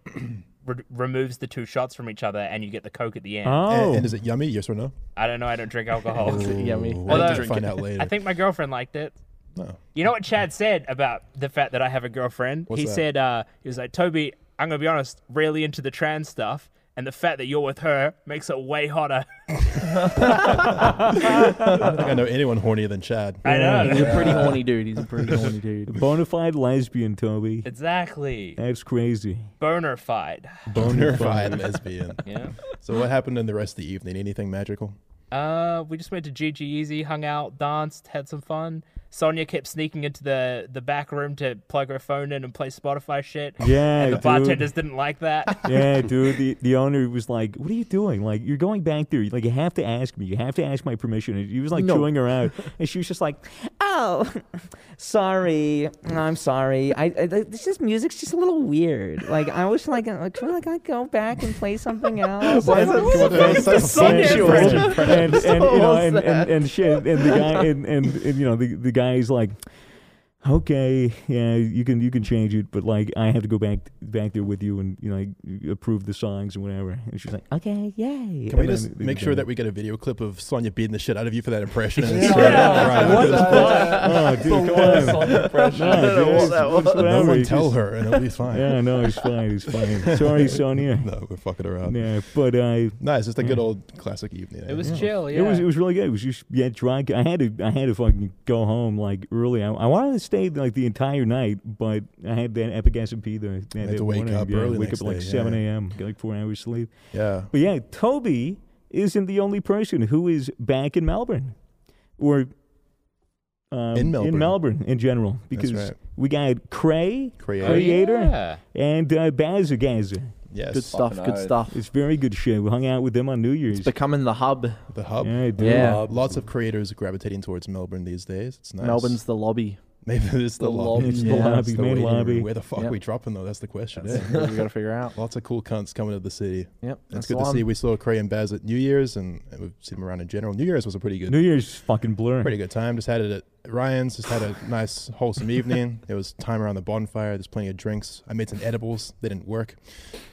Speaker 6: re- removes the two shots from each other, and you get the Coke at the end.
Speaker 1: A- And,
Speaker 2: Oh,
Speaker 1: is it yummy? Yes or no?
Speaker 6: I don't know. I don't drink alcohol.
Speaker 7: Is it yummy?
Speaker 1: We'll
Speaker 6: Although-
Speaker 1: have to find out later.
Speaker 6: uh, I think my girlfriend liked it.
Speaker 1: no.
Speaker 6: You know what Chad said about the fact that I have a girlfriend?
Speaker 1: What's
Speaker 6: he
Speaker 1: that?
Speaker 6: said, uh, he was like, Toby, I'm going to be honest, really into the trans stuff, and the fact that you're with her makes it way hotter.
Speaker 1: I don't think I know anyone hornier than Chad.
Speaker 6: I know.
Speaker 7: He's a pretty horny dude. He's a pretty horny dude.
Speaker 2: bona fide lesbian, Toby.
Speaker 6: Exactly.
Speaker 2: That's crazy.
Speaker 6: Boner fied.
Speaker 1: Bonerfied lesbian.
Speaker 6: Yeah.
Speaker 1: So what happened in the rest of the evening? Anything magical?
Speaker 6: Uh, we just went to Gigi Easy, hung out, danced, had some fun. Sonia kept sneaking into the, the back room to plug her phone in and play Spotify shit.
Speaker 2: Yeah,
Speaker 6: And the
Speaker 2: dude.
Speaker 6: bartenders didn't like that.
Speaker 2: yeah, dude. The, the owner was like, "What are you doing? Like, you're going back there. Like, you have to ask me. You have to ask my permission." And he was like
Speaker 7: No.
Speaker 2: chewing her out, and she was just like, "Oh, sorry. I'm sorry. I, I this just music's just a little weird. Like, I wish like I could like I go back and play something else."
Speaker 7: Why is it- why is it so
Speaker 2: and,
Speaker 6: sensual?
Speaker 2: and,
Speaker 6: impression.
Speaker 2: and, and, you know, and,
Speaker 7: sad.
Speaker 2: and, and shit, and the guy, and, and, and you know, the, the guy is like, okay, yeah, you can you can change it, but like I have to go back back there with you and you know like, approve the songs and whatever. And she's like, okay, yay.
Speaker 1: Can we just make sure that we get a video clip of Sonia beating the shit out of you for that impression? And
Speaker 3: Yeah.
Speaker 1: it's straight up
Speaker 3: Yeah.
Speaker 1: right.
Speaker 3: What
Speaker 1: Just-
Speaker 3: the
Speaker 2: Oh, dude, come on.
Speaker 3: impression.
Speaker 2: No,
Speaker 7: know
Speaker 2: dude,
Speaker 7: what
Speaker 2: it's-
Speaker 7: that
Speaker 2: it's
Speaker 7: was.
Speaker 1: No
Speaker 2: whatever,
Speaker 1: one
Speaker 2: it's
Speaker 1: tell
Speaker 2: just-
Speaker 1: her, and it'll be fine.
Speaker 2: Yeah, no, he's fine. He's fine. Sorry, Sonia.
Speaker 1: No, we're fucking around.
Speaker 2: Yeah, but uh, I.
Speaker 1: No, it's just a good old classic evening.
Speaker 6: It was chill, yeah.
Speaker 2: It was it was really good. It was just yeah, drunk. I had to I had to fucking go home like early. I, I wanted to stay like the entire night, but I had that epic SMP the that,
Speaker 1: had
Speaker 2: that
Speaker 1: to wake
Speaker 2: morning.
Speaker 1: up
Speaker 2: yeah,
Speaker 1: early
Speaker 2: Wake
Speaker 1: next
Speaker 2: up like
Speaker 1: day, yeah.
Speaker 2: seven a.m. Get like four hours sleep.
Speaker 1: yeah.
Speaker 2: But yeah, Toby isn't the only person who is back in Melbourne, or um,
Speaker 1: Melbourne.
Speaker 2: in Melbourne in general because
Speaker 1: right.
Speaker 2: we got Cray
Speaker 1: Creator.
Speaker 2: Creator
Speaker 6: Yeah.
Speaker 2: and uh, Bazagaza.
Speaker 1: Yes.
Speaker 7: Good stuff.
Speaker 3: Fucking
Speaker 7: Good
Speaker 3: oath.
Speaker 7: stuff.
Speaker 2: It's very good shit. We hung out with them on New Year's.
Speaker 7: It's becoming the hub.
Speaker 1: The hub.
Speaker 2: yeah, dude.
Speaker 7: Yeah.
Speaker 1: uh, Lots of creators gravitating towards Melbourne these days. It's nice.
Speaker 7: Melbourne's the lobby.
Speaker 1: maybe it's the,
Speaker 7: the
Speaker 1: lobby.
Speaker 7: lobby. It's
Speaker 1: Yeah,
Speaker 7: the
Speaker 2: lobby,
Speaker 1: it's the
Speaker 2: main
Speaker 1: waiting room.
Speaker 2: lobby.
Speaker 1: Where the fuck
Speaker 7: Yep.
Speaker 1: we dropping though? That's the question. yeah.
Speaker 7: That's what we got to figure out.
Speaker 1: Lots of cool cunts coming to the city.
Speaker 7: Yep.
Speaker 1: It's
Speaker 7: that's
Speaker 1: good
Speaker 7: the
Speaker 1: to
Speaker 7: one.
Speaker 1: see. We saw Cray and Baz at New Year's, and and we've seen them around in general. New Year's was a pretty good,
Speaker 2: New Year's fucking blur.
Speaker 1: pretty good time. Just had it at Ryan's. Just had a nice, wholesome evening. It was time around the bonfire. There's plenty of drinks. I made some edibles. They didn't work.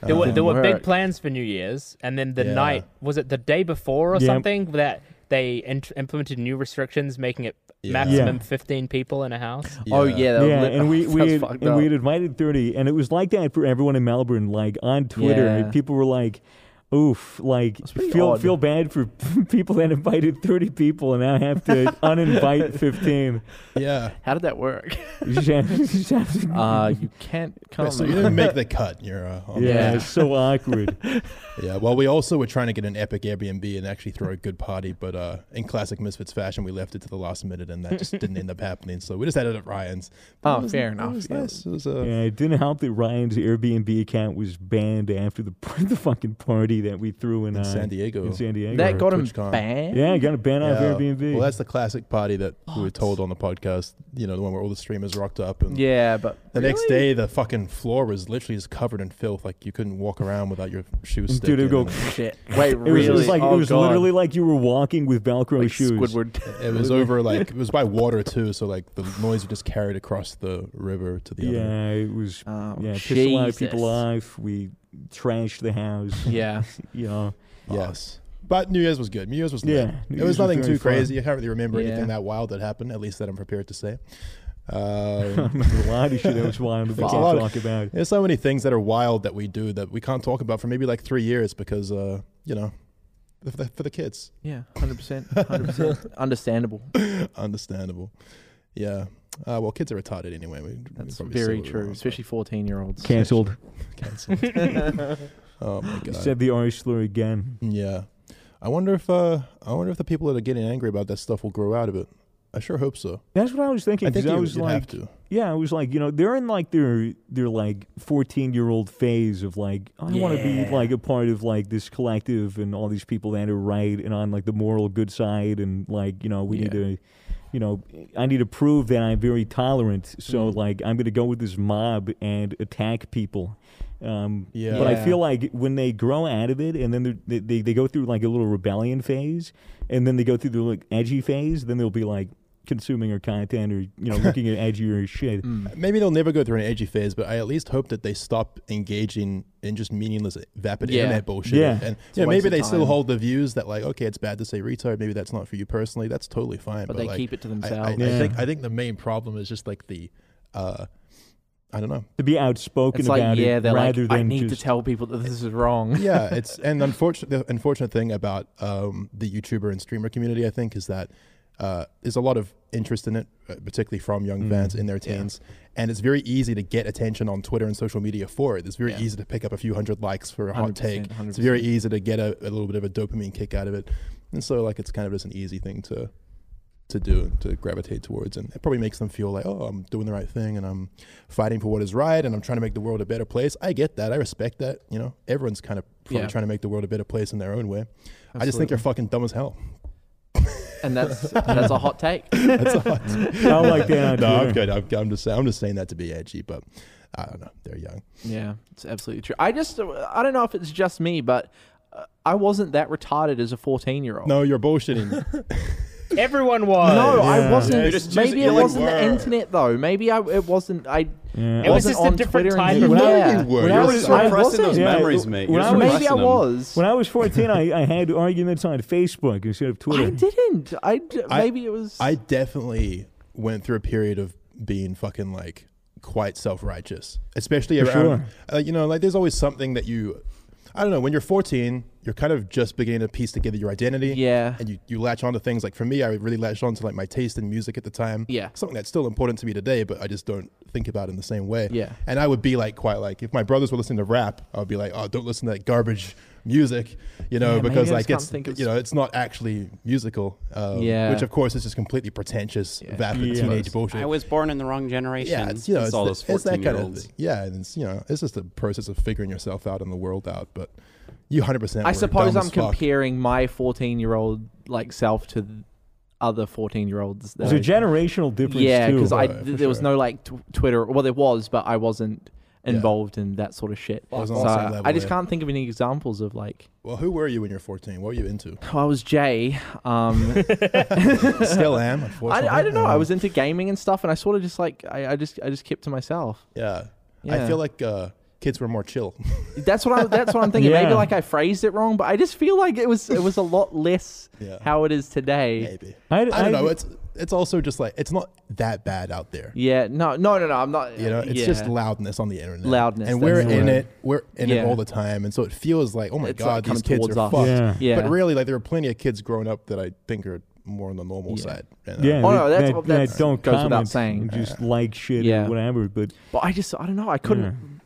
Speaker 1: Um,
Speaker 6: There were, there were big
Speaker 7: work.
Speaker 6: plans for New Year's, and then the
Speaker 1: Uh, Yeah.
Speaker 6: night was it the day before or
Speaker 2: Yeah.
Speaker 6: something that they int- implemented new restrictions, making it
Speaker 1: Yeah.
Speaker 6: maximum 15 people in a house.
Speaker 7: Oh yeah, that was
Speaker 2: yeah,
Speaker 7: lit-
Speaker 2: and we
Speaker 7: that
Speaker 2: we
Speaker 7: was
Speaker 2: had,
Speaker 7: fucked
Speaker 2: and we
Speaker 7: up.
Speaker 2: had invited thirty, and it was like that for everyone in Melbourne. Like on Twitter,
Speaker 7: Yeah.
Speaker 2: people were like, "Oof!" Like
Speaker 7: pretty
Speaker 2: feel
Speaker 7: odd.
Speaker 2: feel bad for people that invited thirty people and now have to uninvite fifteen.
Speaker 1: yeah.
Speaker 7: How did that work?
Speaker 2: You just have- you just have to-
Speaker 7: Uh, you can't come.
Speaker 1: So you didn't make the cut. You're uh, on-
Speaker 2: yeah,
Speaker 7: yeah.
Speaker 2: it's so awkward.
Speaker 1: Yeah, well, we also were trying to get an epic Airbnb and actually throw a good party, but uh, in classic Misfits fashion, we left it to the last minute, and that just didn't end up happening. So we just had it at Ryan's. But
Speaker 7: Oh,
Speaker 1: it was-
Speaker 7: fair
Speaker 1: it
Speaker 7: enough,
Speaker 1: was
Speaker 7: yeah.
Speaker 1: nice. It was, uh,
Speaker 2: yeah, it didn't help that Ryan's Airbnb account was banned after the the fucking party that we threw in, uh,
Speaker 1: San Diego.
Speaker 2: In San Diego,
Speaker 7: that got him
Speaker 1: TwitchCon.
Speaker 7: banned.
Speaker 2: yeah, got a ban off
Speaker 1: yeah.
Speaker 2: Airbnb.
Speaker 1: Well, that's the classic party that we were told on the podcast. You know, the one where all the streamers rocked up, and
Speaker 7: Yeah, but
Speaker 1: the next day the fucking floor was literally just covered in filth. Like you couldn't walk around without your shoes.
Speaker 2: Dude,
Speaker 1: sticking,
Speaker 2: it'd go
Speaker 1: and
Speaker 7: shit. Wait,
Speaker 2: it was,
Speaker 7: really?
Speaker 2: it was like
Speaker 7: oh,
Speaker 2: it was
Speaker 7: God.
Speaker 2: literally like you were walking with Velcro
Speaker 7: Like
Speaker 2: shoes.
Speaker 7: Squidward.
Speaker 1: It was over like it was by water too, so like the noise just carried across the river to the other.
Speaker 2: Yeah, it was.
Speaker 7: Oh,
Speaker 2: yeah, pissed a lot of
Speaker 7: Jesus.
Speaker 2: people off. We trashed the house.
Speaker 7: Yeah.
Speaker 2: you know.
Speaker 1: Yes. But New Year's was good. New Year's was
Speaker 2: Yeah,
Speaker 1: lit.
Speaker 2: New
Speaker 1: it
Speaker 2: Year's was
Speaker 1: was nothing
Speaker 2: very
Speaker 1: too
Speaker 2: fun.
Speaker 1: crazy. I can't really remember
Speaker 7: Yeah.
Speaker 1: anything that wild that happened, at least that I'm prepared to say. Um,
Speaker 2: a lot of shit that was wild that we
Speaker 1: There's a
Speaker 2: can't
Speaker 1: lot of-
Speaker 2: talk about.
Speaker 1: there's so many things that are wild that we do that we can't talk about for maybe like three years because, uh, you know, for the, for the kids.
Speaker 7: Yeah, hundred percent, hundred percent, understandable.
Speaker 1: Understandable. Yeah. Uh, well, kids are retarded anyway. We,
Speaker 7: That's
Speaker 1: we probably say
Speaker 7: very
Speaker 1: what we
Speaker 7: true,
Speaker 1: want,
Speaker 7: especially fourteen-year-olds.
Speaker 2: Cancelled.
Speaker 1: but Cancelled. oh, my God.
Speaker 2: Said the R slur again.
Speaker 1: Yeah. I wonder if uh, I wonder if the people that are getting angry about that stuff will grow out of it. I sure hope so.
Speaker 2: That's what I was thinking.
Speaker 1: I think
Speaker 2: 'cause I
Speaker 1: you,
Speaker 2: was
Speaker 1: you'd
Speaker 2: like,
Speaker 1: have to.
Speaker 2: yeah, I was like, you know, they're in like their their like fourteen year old phase of like, I want to be
Speaker 7: Yeah.
Speaker 2: like a part of like this collective and all these people that are right and on like the moral good side and like, you know, we need
Speaker 7: Yeah.
Speaker 2: to, you know, I need to prove that I'm very tolerant. So
Speaker 7: Mm-hmm.
Speaker 2: like, I'm going to go with this mob and attack people. Um,
Speaker 1: Yeah.
Speaker 2: But I
Speaker 7: Yeah.
Speaker 2: feel like when they grow out of it and then they're- they, they they go through like a little rebellion phase and then they go through the like edgy phase, then they'll be like consuming our content or you know looking at edgier shit.
Speaker 7: Mm.
Speaker 1: Maybe they'll never go through an edgy phase, but I at least hope that they stop engaging in just meaningless, vapid
Speaker 7: Yeah.
Speaker 1: internet bullshit.
Speaker 2: Yeah.
Speaker 1: And
Speaker 7: It's
Speaker 1: you
Speaker 7: a
Speaker 1: know,
Speaker 7: waste
Speaker 1: maybe
Speaker 7: of
Speaker 1: they still
Speaker 7: time.
Speaker 1: hold the views that like, okay, it's bad to say retard. Maybe that's not for you personally. That's totally fine.
Speaker 7: But they
Speaker 1: like,
Speaker 7: keep it to
Speaker 1: I- I- I,
Speaker 7: themselves.
Speaker 2: Yeah.
Speaker 1: think I think the main problem is just like the, uh, I don't know.
Speaker 2: To be outspoken
Speaker 7: It's
Speaker 2: about
Speaker 7: like yeah,
Speaker 2: it
Speaker 7: they're like,
Speaker 2: rather than
Speaker 7: I need to
Speaker 2: just
Speaker 7: tell people that this is wrong.
Speaker 1: Yeah, it's and unfortunate the unfortunate thing about um, the YouTuber and streamer community, I think, is that uh, there's a lot of interest in it, uh, particularly from young fans in their teens, and it's very easy to get attention on Twitter and social media for it. It's very easy to pick up a few hundred likes for a hot take.
Speaker 7: 100%, 100%.
Speaker 1: It's very easy to get a, a little bit of a dopamine kick out of it, and so like it's kind of just an easy thing to to do and to gravitate towards and it probably makes them feel like oh i'm doing the right thing and i'm fighting for what is right and i'm trying to make the world a better place i get that i respect that you know everyone's kind of probably
Speaker 7: Yeah.
Speaker 1: trying to make the world a better place in their own way i just think
Speaker 7: Absolutely.
Speaker 1: you're fucking dumb as hell
Speaker 7: and that's that's a hot take.
Speaker 1: that's all I-
Speaker 2: I don't like that on
Speaker 1: no i'm
Speaker 2: Twitter.
Speaker 1: good I'm, I'm just i'm just saying that to be edgy but i don't know they're young
Speaker 7: Yeah, it's absolutely true. I just I don't know if it's just me, but uh, I wasn't that retarded as a fourteen-year-old.
Speaker 1: no you're bullshitting
Speaker 6: Everyone was.
Speaker 7: No,
Speaker 2: Yeah.
Speaker 7: I wasn't.
Speaker 4: You just choose-
Speaker 7: maybe
Speaker 4: you
Speaker 7: it
Speaker 4: like
Speaker 7: wasn't the
Speaker 4: were.
Speaker 7: internet though. Maybe I it wasn't. I
Speaker 2: Yeah.
Speaker 6: It was
Speaker 7: wasn't
Speaker 6: just a
Speaker 7: on
Speaker 6: different
Speaker 7: Twitter
Speaker 6: type
Speaker 7: and
Speaker 6: of-
Speaker 7: yeah.
Speaker 1: you were
Speaker 2: When I
Speaker 1: You're
Speaker 2: was-
Speaker 1: so-
Speaker 2: I
Speaker 4: repressing
Speaker 2: wasn't-
Speaker 4: those
Speaker 2: yeah,
Speaker 4: memories,
Speaker 2: w-
Speaker 4: mate.
Speaker 2: when
Speaker 4: You're
Speaker 2: I was-
Speaker 7: Maybe I
Speaker 4: repressing them.
Speaker 7: was.
Speaker 2: When I was 14, I, I had arguments on Facebook instead of Twitter.
Speaker 7: I didn't. I d-
Speaker 1: I-
Speaker 7: maybe it was.
Speaker 1: I definitely went through a period of being fucking like quite self righteous, especially around,
Speaker 2: sure.
Speaker 1: uh, you know, like there's always something that you, I don't know, when you're 14, you're kind of just beginning to piece together your identity.
Speaker 7: Yeah.
Speaker 1: And you, you latch on to things. Like for me, I really latched on to like my taste in music at the time.
Speaker 7: Yeah.
Speaker 1: Something that's still important to me today, but I just don't think about in the same way.
Speaker 7: Yeah.
Speaker 1: And I would be like, quite like, if my brothers were listening to rap, I would be like, oh, don't listen to that garbage music, you know,
Speaker 7: Yeah, maybe
Speaker 1: because
Speaker 7: I
Speaker 1: like
Speaker 7: just can't
Speaker 1: it's,
Speaker 7: think of
Speaker 1: you know, it's not actually musical. Um,
Speaker 7: Yeah.
Speaker 1: Which of course is just completely pretentious, vapid
Speaker 2: Yeah.
Speaker 1: teenage bullshit.
Speaker 4: I was born in the wrong generation.
Speaker 1: yeah, it's you know,
Speaker 4: It's
Speaker 1: it's,
Speaker 4: all
Speaker 1: the-
Speaker 4: those
Speaker 1: it's that kind of
Speaker 4: fourteen-year-olds.
Speaker 1: thing. Yeah, and it's you know, it's just a process of figuring yourself out and the world out. But you hundred percent.
Speaker 7: I suppose I'm comparing my 14 year old like self to th- other 14 year olds.
Speaker 2: There's a generational difference
Speaker 7: yeah,
Speaker 2: too.
Speaker 7: because I
Speaker 1: Right, Oh, for
Speaker 7: there was
Speaker 1: sure.
Speaker 7: no like tw- Twitter. Well, there was, but I wasn't involved in that sort of shit.
Speaker 1: I was
Speaker 7: so
Speaker 1: on the same level,
Speaker 7: I just
Speaker 1: yeah.
Speaker 7: can't think of any examples of like.
Speaker 1: Well, who were you when you were fourteen? What were you into?
Speaker 7: Oh, I was Jay. Um,
Speaker 1: Still am.
Speaker 7: I,
Speaker 1: Unfortunately,
Speaker 7: I don't know. I
Speaker 1: Um,
Speaker 7: was into gaming and stuff, and I sort of just like I, I just I just kept to myself.
Speaker 1: Yeah. I
Speaker 7: Yeah.
Speaker 1: feel like uh, kids were more chill.
Speaker 7: That's what I that's what I'm thinking.
Speaker 2: Yeah.
Speaker 7: Maybe like I phrased it wrong, but I just feel like it was it was a lot less
Speaker 1: Yeah.
Speaker 7: how it is today.
Speaker 1: Maybe.
Speaker 2: I-
Speaker 1: I, don't
Speaker 2: I-
Speaker 1: know. It's it's also just like it's not that bad out there.
Speaker 7: Yeah, no, no, no, no. I'm not.
Speaker 1: You know, it's just
Speaker 7: yeah.
Speaker 1: loudness on the internet.
Speaker 7: Loudness,
Speaker 1: and we're
Speaker 7: that's
Speaker 1: in
Speaker 7: right.
Speaker 1: it. We're in
Speaker 7: Yeah.
Speaker 1: it all the time, and so it feels like, oh my
Speaker 7: It's like
Speaker 1: god,
Speaker 7: coming
Speaker 1: these kids
Speaker 7: towards
Speaker 1: are
Speaker 7: us.
Speaker 1: fucked.
Speaker 2: Yeah.
Speaker 7: Yeah.
Speaker 1: But really, like there are plenty of kids growing up that I think are more on the normal side. you know?
Speaker 2: Yeah,
Speaker 7: Oh, no, that's-
Speaker 2: that,
Speaker 7: that's-
Speaker 2: that don't
Speaker 7: goes without
Speaker 2: comment.
Speaker 7: saying.
Speaker 2: Just like shit
Speaker 7: Yeah.
Speaker 2: or whatever. But
Speaker 7: But I just, I don't know. I couldn't.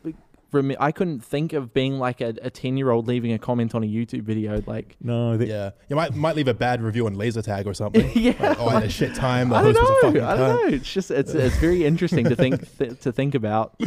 Speaker 7: remi- I couldn't think of being like a a ten year old leaving a comment on a YouTube video. Like,
Speaker 2: no, they,
Speaker 1: Yeah, you might might leave a bad review on laser tag or something.
Speaker 7: Yeah,
Speaker 1: Like, oh, I had a shit time. The
Speaker 7: I don't
Speaker 1: host was a fucking
Speaker 7: know. I
Speaker 1: cunt.
Speaker 7: don't know. It's just it's it's very interesting to think th- to think about.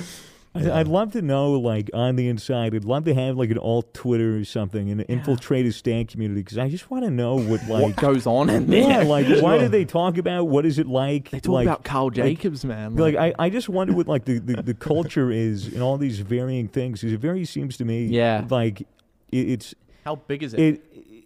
Speaker 2: I'd, I'd love to know, like, on the inside. I'd love to have like an alt Twitter or something and infiltrate a stan community because I just want to know what
Speaker 7: What
Speaker 2: like.
Speaker 7: goes on in there?
Speaker 2: yeah, like why do they talk about what is it like?
Speaker 7: they talk
Speaker 2: like,
Speaker 7: about Carl Jacobs, man.
Speaker 2: Like I, I just wonder what like the, the, the culture is and all these varying things. 'cause It very seems to me
Speaker 7: Yeah.
Speaker 2: like it, it's
Speaker 7: how big is it?
Speaker 2: it,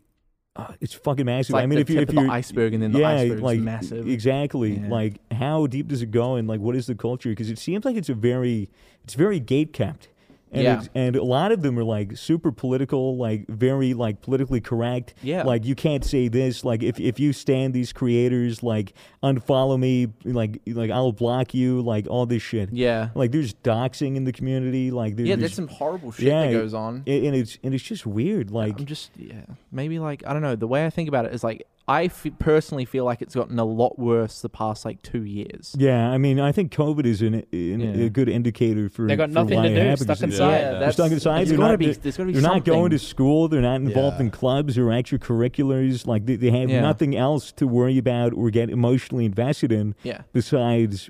Speaker 2: uh, it's fucking massive.
Speaker 7: like
Speaker 2: I mean,
Speaker 7: the
Speaker 2: if you
Speaker 7: tip
Speaker 2: if
Speaker 7: of the
Speaker 2: you
Speaker 7: iceberg and then the
Speaker 2: yeah,
Speaker 7: iceberg's
Speaker 2: like,
Speaker 7: massive.
Speaker 2: exactly. Like how deep does it go and like what is the culture? Because it seems like it's a very it's very gate kept. And,
Speaker 7: Yeah.
Speaker 2: it's- and a lot of them are like super political, like very like politically correct.
Speaker 7: Yeah.
Speaker 2: Like you can't say this. Like if, if you stand these creators, like unfollow me, like like I'll block you, like all this shit.
Speaker 7: Yeah.
Speaker 2: Like there's doxing in the community. Like there-
Speaker 7: yeah,
Speaker 2: there's
Speaker 7: there's some horrible shit that goes on.
Speaker 2: and and it's and it's just weird. Like
Speaker 7: I'm just yeah, maybe like I don't know. The way I think about it is like I f- personally feel like it's gotten a lot worse the past like two years.
Speaker 2: Yeah, I mean, I think COVID is an, an,
Speaker 7: Yeah.
Speaker 2: a good indicator for
Speaker 6: They got
Speaker 2: for
Speaker 6: nothing
Speaker 2: why
Speaker 6: to
Speaker 2: it
Speaker 6: do,
Speaker 2: happened,
Speaker 6: stuck
Speaker 2: because
Speaker 6: inside. Yeah,
Speaker 2: They're
Speaker 7: that's-
Speaker 2: stuck inside.
Speaker 7: there's
Speaker 2: They're
Speaker 7: gotta
Speaker 2: not,
Speaker 7: be-
Speaker 2: they're-
Speaker 7: there's gotta be
Speaker 2: They're not going to
Speaker 7: something.
Speaker 2: school. They're not involved
Speaker 1: Yeah.
Speaker 2: in clubs or extracurriculars. Like they, they have
Speaker 7: Yeah.
Speaker 2: nothing else to worry about or get emotionally invested in.
Speaker 7: Yeah.
Speaker 2: Besides,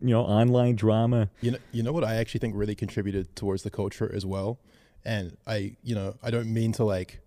Speaker 2: you know, online drama.
Speaker 1: You know, you know what I actually think really contributed towards the culture as well, and I, you know, I don't mean to like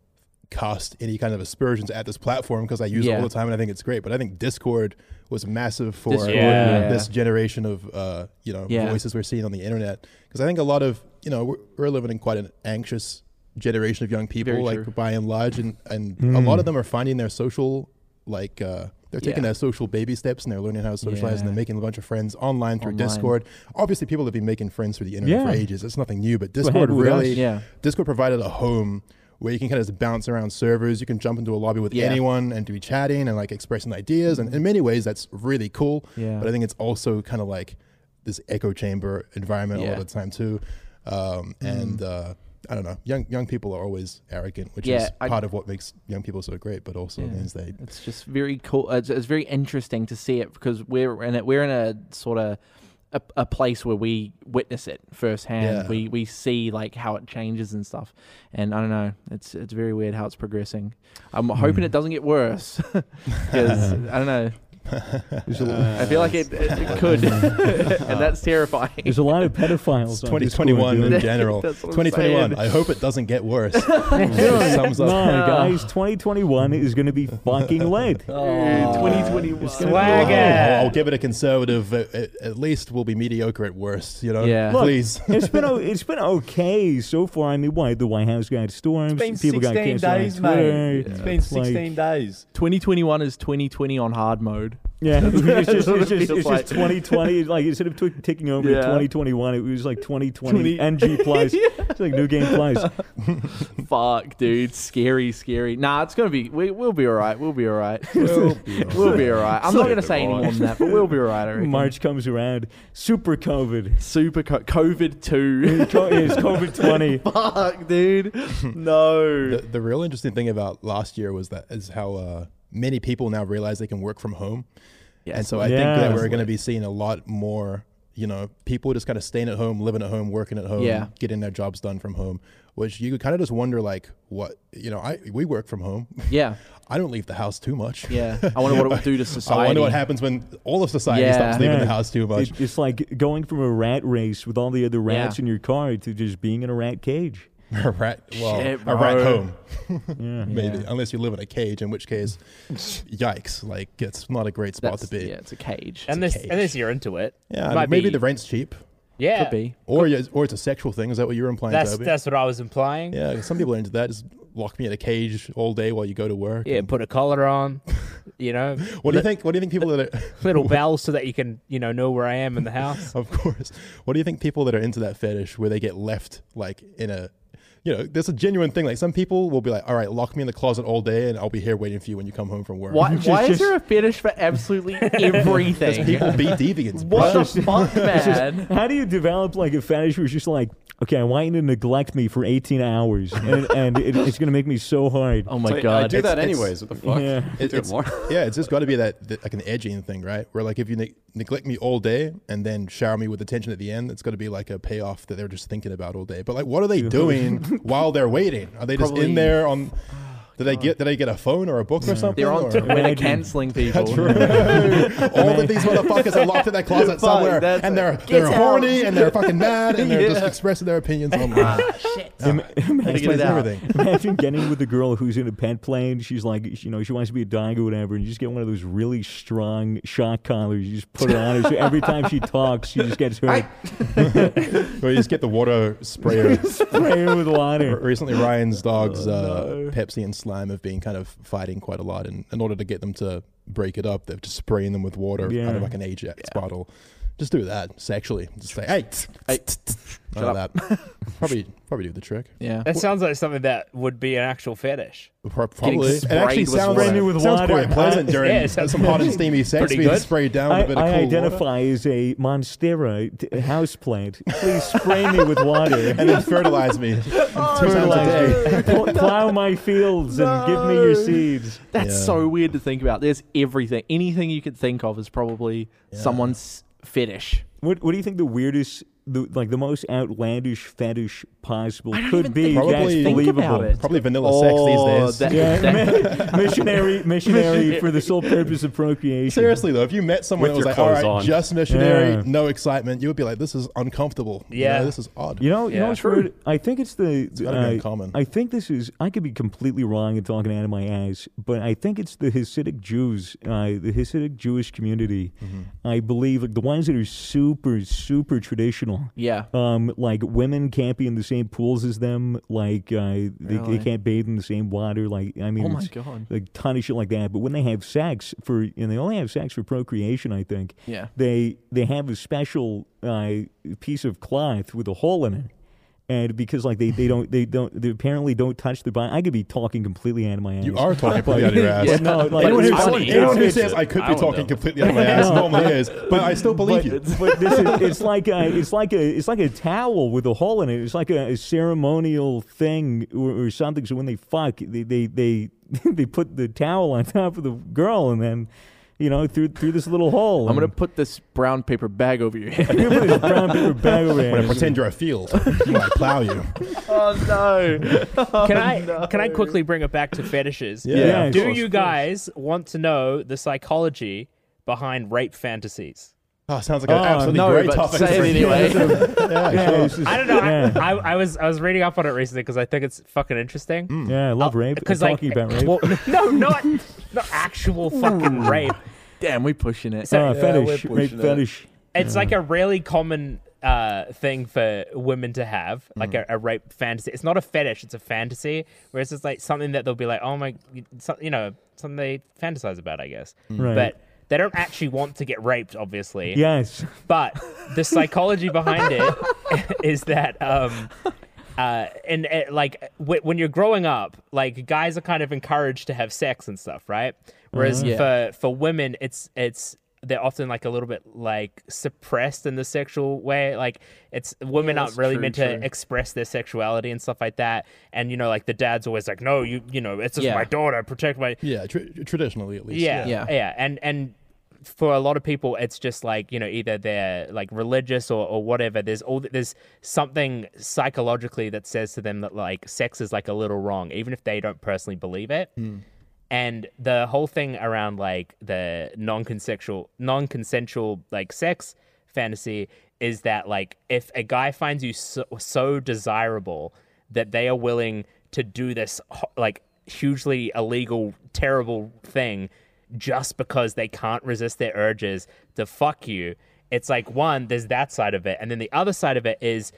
Speaker 1: cast any kind of aspersions at this platform because I use it
Speaker 7: Yeah.
Speaker 1: all the time and I think it's great, but I think Discord was massive for
Speaker 7: Discord,
Speaker 6: Yeah.
Speaker 1: this generation of uh, you know
Speaker 7: Yeah.
Speaker 1: voices we're seeing on the internet because I think a lot of you know we're, we're living in quite an anxious generation of young people
Speaker 7: Very
Speaker 1: like
Speaker 7: true.
Speaker 1: by and large and and a lot of them are finding their social like uh, they're taking
Speaker 7: Yeah.
Speaker 1: their social baby steps and they're learning how to socialize and
Speaker 7: Yeah.
Speaker 1: they're making a bunch of friends online through
Speaker 7: Online.
Speaker 1: Discord. Obviously, people have been making friends through the internet for
Speaker 2: Yeah.
Speaker 1: ages. It's nothing new, but
Speaker 2: what
Speaker 1: Discord
Speaker 2: happened with us.
Speaker 1: really,
Speaker 7: Yeah.
Speaker 1: Discord provided a home where you can kind of just bounce around servers. You can jump into a lobby with
Speaker 7: Yeah.
Speaker 1: anyone and be chatting and like expressing ideas. And in many ways, that's really cool.
Speaker 7: Yeah.
Speaker 1: But I think it's also kind of like this echo chamber environment a
Speaker 7: Yeah.
Speaker 1: lot of the time too. Um,
Speaker 2: Mm.
Speaker 1: And uh, I don't know, young young people are always arrogant, which
Speaker 7: Yeah,
Speaker 1: is
Speaker 7: I-
Speaker 1: part of what makes young people so great, but also means they
Speaker 7: It's just very cool. It's, it's very interesting to see it because we're in it. We're in a sort of a, a place where we witness it firsthand.
Speaker 1: Yeah.
Speaker 7: We we see like how it changes and stuff. And I don't know. It's it's very weird how it's progressing. I'm
Speaker 2: Hmm.
Speaker 7: hoping it doesn't get worse because I don't know.
Speaker 2: There's a,
Speaker 7: I feel like it, it, it could, and that's terrifying.
Speaker 2: there's a lot of
Speaker 1: It's
Speaker 2: pedophiles. on
Speaker 1: 2021
Speaker 2: Discord,
Speaker 1: in
Speaker 2: dude.
Speaker 1: general.
Speaker 7: That's what I'm
Speaker 1: 2021.
Speaker 7: saying.
Speaker 1: I hope it doesn't get worse. Sums
Speaker 2: No,
Speaker 1: up.
Speaker 2: guys, 2021 is going to be fucking lit.
Speaker 3: Oh.
Speaker 6: Swagger.
Speaker 1: I'll, I'll give it a conservative. At, at- at least we'll be mediocre at worst. You know,
Speaker 7: Yeah. Look,
Speaker 1: please.
Speaker 2: it's been o- it's been okay so far. I mean, why the White House got storms,
Speaker 3: It's been
Speaker 2: people got
Speaker 3: 16
Speaker 2: canceled
Speaker 3: days,
Speaker 2: on Twitter.
Speaker 3: mate. It's been 16 days.
Speaker 7: 2021 is 2020 on hard mode.
Speaker 2: Yeah, it's just,
Speaker 7: what it
Speaker 2: it's just,
Speaker 7: feels
Speaker 2: it's
Speaker 7: like.
Speaker 2: just 2020. Like instead of twi- ticking over
Speaker 7: Yeah.
Speaker 2: to 2021, it was like 2020
Speaker 7: Twenty-
Speaker 2: NG plus. It's like new game plus.
Speaker 7: Fuck, dude, scary, scary. Nah, it's gonna be. We, we'll be all right. We'll be all right.
Speaker 1: Well,
Speaker 7: We'll be all right. I'm not gonna say any more than that, but we'll be all right. I reckon.
Speaker 2: March comes around, super COVID.
Speaker 7: super co- COVID two.
Speaker 2: Co- It's COVID 20.
Speaker 7: Fuck, dude. No.
Speaker 1: the, the real interesting thing about last year was that is how uh, many people now realize they can work from home, and so I think that
Speaker 2: Yeah.
Speaker 1: we're going to be seeing a lot more. You know, people just kind of staying at home, living at home, working at home,
Speaker 7: Yeah.
Speaker 1: getting their jobs done from home. Which you could kind of just wonder, like, what you know, I we work from home.
Speaker 7: yeah,
Speaker 1: I don't leave the house too much.
Speaker 7: yeah. I wonder what it would do to society.
Speaker 1: I wonder what happens when all of society
Speaker 7: Yeah.
Speaker 1: stops leaving
Speaker 2: Yeah.
Speaker 1: the house too much.
Speaker 2: It- it's like going from a rat race with all the other rats
Speaker 7: Yeah.
Speaker 2: in your car to just being in a rat cage.
Speaker 1: a rat, well,
Speaker 7: Shit,
Speaker 1: a rat
Speaker 7: bro.
Speaker 1: home,
Speaker 2: Yeah.
Speaker 1: maybe,
Speaker 7: Yeah.
Speaker 1: unless you live in a cage, in which case, yikes! Like it's not a great spot
Speaker 7: That's,
Speaker 1: to be.
Speaker 7: Yeah, it's a cage.
Speaker 6: And this,
Speaker 1: cage.
Speaker 6: and this you're into it.
Speaker 1: Yeah, I
Speaker 6: It
Speaker 1: mean,
Speaker 6: might
Speaker 1: maybe
Speaker 6: be-
Speaker 1: the rent's cheap,
Speaker 6: yeah.
Speaker 7: Could be.
Speaker 1: or yeah, or it's a sexual thing. Is that what you were implying,
Speaker 6: That's
Speaker 1: Toby?
Speaker 6: that's what I was implying. Yeah,
Speaker 1: yeah, some people are into that. Just lock me in a cage all day while you go to work. and-
Speaker 6: put a collar on. You know,
Speaker 1: what do you think? What do you think people that are,
Speaker 6: little bell so that you can you know know where I am in the house.
Speaker 1: of course, what do you think people that are into that fetish where they get left like in a you know, there's a genuine thing. Like some people will be like, all right, lock me in the closet all day and I'll be here waiting for you when you come home from work.
Speaker 7: Why, why is
Speaker 2: just-
Speaker 7: there a fetish for absolutely everything?
Speaker 1: People be deviants.
Speaker 7: what
Speaker 1: bro.
Speaker 7: the fuck, man?
Speaker 2: How do you develop like a fetish where it's just like, okay, I want you to neglect me for 18 hours and, and it, it's going to make me so hard?
Speaker 7: Oh my
Speaker 4: It's like,
Speaker 7: god!
Speaker 4: I do that
Speaker 1: it's-
Speaker 4: anyways. What the fuck?
Speaker 2: Yeah.
Speaker 4: Do it
Speaker 1: it's-
Speaker 4: more.
Speaker 1: yeah, it's just got to be that, that like an edging thing, right? Where like if you ne- neglect me all day and then shower me with attention at the end, it's got to be like a payoff that they're just thinking about all day. But like, what are they doing while they're waiting? Are they just
Speaker 7: Probably-
Speaker 1: in there on? Did they get? Did they get a phone or a book or something?
Speaker 7: They're on
Speaker 1: or-
Speaker 7: Twitter
Speaker 2: Imagine.
Speaker 7: canceling people.
Speaker 1: Oh, all of these motherfuckers are locked in that closet
Speaker 7: Fuck,
Speaker 1: somewhere,
Speaker 7: that's
Speaker 1: and they're
Speaker 7: it.
Speaker 1: they're
Speaker 7: Get out.
Speaker 1: horny and they're fucking mad and they're just
Speaker 7: Yeah.
Speaker 1: expressing their opinions online.
Speaker 7: Ah,
Speaker 2: Im-
Speaker 7: Gotta
Speaker 2: imagine,
Speaker 7: get it out.
Speaker 1: everything.
Speaker 2: imagine getting with a girl who's in a pet plane. She's like, you know, she wants to be a dog or whatever, and you just get one of those really strong shock collars. You just put it on her. So every time she talks, she just gets hurt.
Speaker 1: Or you just get the water sprayer.
Speaker 2: Spray her with water.
Speaker 1: Recently, Ryan's dogs, uh, Pepsi and Slime, have been kind of fighting quite a lot. And in order to get them to break it up, they're just spraying them with water out
Speaker 2: Yeah.
Speaker 1: of like an Ajax bottle. Just do that sexually. Just say, hey, tsk,
Speaker 7: Hey,
Speaker 1: tsk, tsk." None of that. probably, probably do the trick.
Speaker 7: yeah.
Speaker 6: That sounds like something that would be an actual fetish.
Speaker 1: Pro- Probably. It
Speaker 7: sprayed
Speaker 1: actually
Speaker 7: with
Speaker 1: sounds,
Speaker 7: water. Sprayed
Speaker 2: with
Speaker 1: sounds
Speaker 2: water.
Speaker 1: quite pleasant
Speaker 2: Yeah,
Speaker 1: during
Speaker 6: it sounds
Speaker 1: some hot and steamy sex.
Speaker 6: pretty
Speaker 1: Being
Speaker 6: good.
Speaker 1: sprayed down with
Speaker 2: I,
Speaker 1: a bit of
Speaker 2: I
Speaker 1: cool
Speaker 2: identify
Speaker 1: water.
Speaker 2: as a monstera t- houseplant. Please spray me with water.
Speaker 1: And then fertilize me. two times a day.
Speaker 2: Fertilize me. Pl- Plow my fields and give me your seeds.
Speaker 7: That's
Speaker 1: Yeah.
Speaker 7: so weird to think about. There's everything. Anything you could think of is probably someone's fetish.
Speaker 2: What What do you think the weirdest, the, like the most outlandish fetish possible
Speaker 7: I don't
Speaker 2: could
Speaker 7: even
Speaker 2: be?
Speaker 7: think-
Speaker 2: that's
Speaker 1: Probably-
Speaker 7: Think
Speaker 2: believable.
Speaker 7: about it.
Speaker 1: Probably vanilla sex these days.
Speaker 7: Oh, that-
Speaker 2: Yeah,
Speaker 7: that-
Speaker 2: mi- missionary, missionary for the sole purpose of procreation.
Speaker 1: Seriously though, if you met someone
Speaker 4: With
Speaker 1: that was
Speaker 4: your
Speaker 1: like, "All right,
Speaker 4: clothes on."
Speaker 1: just missionary,
Speaker 2: Yeah.
Speaker 1: no excitement," you would be like, "This is uncomfortable. You
Speaker 6: Yeah.
Speaker 1: know, this is odd."
Speaker 2: You know, you know
Speaker 6: Yeah.
Speaker 2: what's
Speaker 6: True.
Speaker 2: weird? I think it's the. uh,
Speaker 1: gotta be uncommon.
Speaker 2: I think this is. I could be completely wrong and talking out of my ass, but I think it's the Hasidic Jews, uh, the Hasidic Jewish community.
Speaker 1: Mm-hmm.
Speaker 2: I believe like the ones that are super, super traditional.
Speaker 7: Yeah.
Speaker 2: Um, like women can't be in the same pools as them. Like uh, they, they
Speaker 7: Really?
Speaker 2: can't bathe in the same water. Like I mean,
Speaker 7: Oh my
Speaker 2: it's
Speaker 7: God.
Speaker 2: like ton of shit like that. But when they have sex for, and they only have sex for procreation, I think.
Speaker 7: Yeah.
Speaker 2: They they have a special uh, piece of cloth with a hole in it, and because like they, they don't they don't they apparently don't touch the body. I could be talking completely out of my ass.
Speaker 1: You are talking completely out of your ass.
Speaker 2: But no, like,
Speaker 7: Anyone who-
Speaker 2: it's-
Speaker 7: I would-
Speaker 2: it's-
Speaker 1: Anyone who
Speaker 2: it's-
Speaker 1: says I could be
Speaker 4: I
Speaker 1: talking
Speaker 4: don't know.
Speaker 1: completely out of my ass
Speaker 2: No.
Speaker 1: normally is, but I still believe you.
Speaker 2: but, but this is, it's like a, it's like a it's like a towel with a hole in it. It's like a, a ceremonial thing or, or something. So when they fuck, they they they, they put the towel on top of the girl and then. You know, through through this little hole.
Speaker 7: I'm gonna
Speaker 2: and-
Speaker 7: put this brown paper bag over your head.
Speaker 2: You're gonna put this brown paper bag over your
Speaker 1: I'm gonna
Speaker 2: ass.
Speaker 1: pretend you're a field. I'm gonna plow you.
Speaker 7: oh no!
Speaker 6: Can I
Speaker 7: Oh,
Speaker 6: can I quickly bring it back to fetishes?
Speaker 1: Yeah. Yeah,
Speaker 2: of
Speaker 6: Do
Speaker 2: course,
Speaker 6: you
Speaker 2: of course.
Speaker 6: guys want to know the psychology behind rape fantasies?
Speaker 1: Oh, sounds like an
Speaker 2: Oh,
Speaker 1: absolutely
Speaker 7: no,
Speaker 1: great
Speaker 7: but
Speaker 1: topic.
Speaker 7: say it anyway.
Speaker 1: Yeah,
Speaker 2: Yeah,
Speaker 1: sure.
Speaker 2: it's just-
Speaker 6: I don't know.
Speaker 2: Yeah,
Speaker 6: I, I, I was I was reading up on it recently because I think it's fucking interesting.
Speaker 2: yeah I love rape.
Speaker 6: Because like,
Speaker 2: Mm, talking about rape.
Speaker 6: well, no, not not actual fucking rape.
Speaker 7: Damn, we pushing it.
Speaker 2: Uh,
Speaker 6: So
Speaker 2: fetish,
Speaker 3: we're
Speaker 2: rape
Speaker 3: pushing it.
Speaker 2: fetish.
Speaker 6: it's like a really common uh, thing for women to have, like a, a rape fantasy. It's not a fetish; it's a fantasy. Where it's just like something that they'll be like, "Oh my," so- you know, something they fantasize about, I guess.
Speaker 2: Right.
Speaker 6: But they don't actually want to get raped, obviously.
Speaker 2: Yes.
Speaker 6: But the psychology behind it is that, um, uh, and uh, like w- when you're growing up, like guys are kind of encouraged to have sex and stuff, right? Whereas
Speaker 7: Mhm. Yeah.
Speaker 6: for for women, it's it's they're often like a little bit like suppressed in the sexual way. Like it's women aren't
Speaker 7: that's
Speaker 6: really
Speaker 7: true,
Speaker 6: meant
Speaker 7: true.
Speaker 6: to express their sexuality and stuff like that. And you know, like the dad's always like, no, you you know, it's just
Speaker 7: Yeah.
Speaker 6: my daughter, protect my
Speaker 1: yeah tr- traditionally at least.
Speaker 6: yeah,
Speaker 7: Yeah.
Speaker 6: yeah, and and for a lot of people, it's just like you know either they're like religious or, or whatever. There's all there's something psychologically that says to them that like sex is like a little wrong, even if they don't personally believe it. And the whole thing around like the non-consensual, non-consensual like sex fantasy is that like if a guy finds you so, so desirable that they are willing to do this ho- like hugely illegal, terrible thing just because they can't resist their urges to fuck you. It's like one, there's that side of it, and then the other side of it is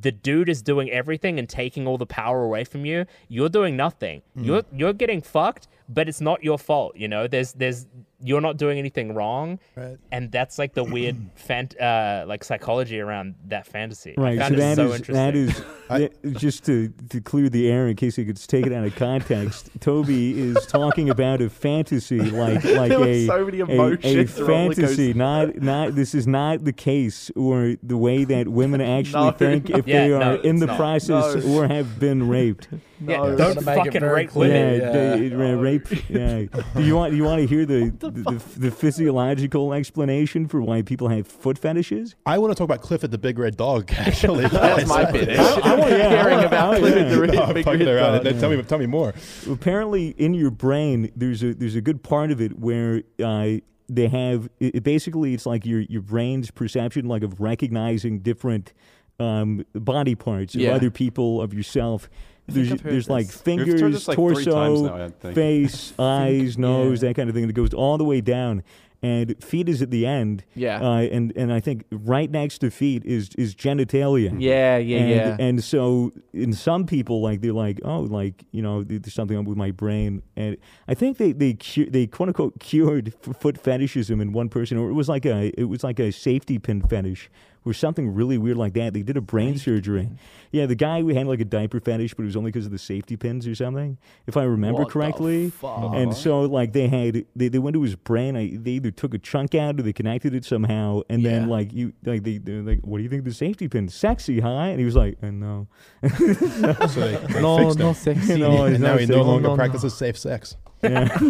Speaker 6: the dude is doing everything and taking all the power away from you. You're doing nothing. You're you're getting fucked, but it's not your fault. You know, there's there's you're not doing anything wrong,
Speaker 1: Right.
Speaker 6: and that's like the weird fant- uh, like psychology around that fantasy. I
Speaker 2: Right. So
Speaker 6: found it
Speaker 2: that
Speaker 6: so
Speaker 2: is
Speaker 6: interesting.
Speaker 2: that is that- just to to clear the air in case it gets taken out of context. Toby is talking about a fantasy like like
Speaker 7: There were
Speaker 2: a
Speaker 7: so many
Speaker 2: a- a,
Speaker 7: emotions, roller
Speaker 2: fantasy. Not not this is not the case or the way that women actually
Speaker 7: No.
Speaker 2: think if
Speaker 6: Yeah,
Speaker 2: they
Speaker 6: no,
Speaker 2: are in
Speaker 6: it's
Speaker 2: the
Speaker 6: not.
Speaker 2: process
Speaker 7: No.
Speaker 2: or have been raped.
Speaker 6: yeah,
Speaker 7: No.
Speaker 6: don't
Speaker 3: Gotta make it
Speaker 6: fucking
Speaker 3: very
Speaker 6: rape
Speaker 3: clear.
Speaker 6: women.
Speaker 2: Yeah, the- uh, rape. Yeah. Do you want do you want to hear the the, the, the physiological explanation for why people have foot fetishes?
Speaker 1: I want to talk about Cliff at the Big Red Dog. Actually,
Speaker 7: That's my fetish.
Speaker 2: I want- yeah, I
Speaker 7: Caring
Speaker 2: want-
Speaker 7: about
Speaker 2: I want-
Speaker 7: Clifford the Red-
Speaker 1: Oh,
Speaker 7: Big
Speaker 1: fuck,
Speaker 7: Red
Speaker 1: they're on it.
Speaker 7: Dog.
Speaker 1: Tell me, tell me more.
Speaker 2: apparently in your brain there's a there's a good part of it where uh, they have it, it basically it's like your your brain's perception like of recognizing different um, body parts
Speaker 7: Yeah.
Speaker 2: of other people of yourself. There's
Speaker 7: I've heard
Speaker 2: there's like
Speaker 7: this.
Speaker 4: We've told
Speaker 2: fingers,
Speaker 4: this, like, three times now, I
Speaker 2: torso,
Speaker 4: think.
Speaker 2: face, eyes, nose,
Speaker 7: yeah.
Speaker 2: that kind of thing. It goes all the way down, and feet is at the end.
Speaker 7: Yeah.
Speaker 2: uh, and and I think right next to feet is is genitalia
Speaker 7: Yeah, yeah,
Speaker 2: and,
Speaker 7: yeah.
Speaker 2: And so in some people, like they're like, oh, like you know, th- there's something up with my brain. And I think they they cu- they quote unquote cured f- foot fetishism in one person, or it was like a it was like a safety pin fetish. Or something really weird like that. They did a brain surgery. Yeah, the guy who had like a diaper fetish, but it was only because of the safety pins or something, if I remember
Speaker 7: What the
Speaker 2: correctly.
Speaker 7: fuck?
Speaker 2: And so like they had they, they went to his brain. I, they either took a chunk out or they connected it somehow. And then
Speaker 7: Yeah.
Speaker 2: like you like they they're like, what do you think of the safety pin? Sexy, huh? And he was like, uh, no.
Speaker 1: So they, they
Speaker 7: No,
Speaker 1: fixed him.
Speaker 7: no sexy.
Speaker 2: No, it's
Speaker 1: and now
Speaker 2: not
Speaker 1: he no
Speaker 2: safe.
Speaker 1: longer
Speaker 7: No, no.
Speaker 1: practices safe sex.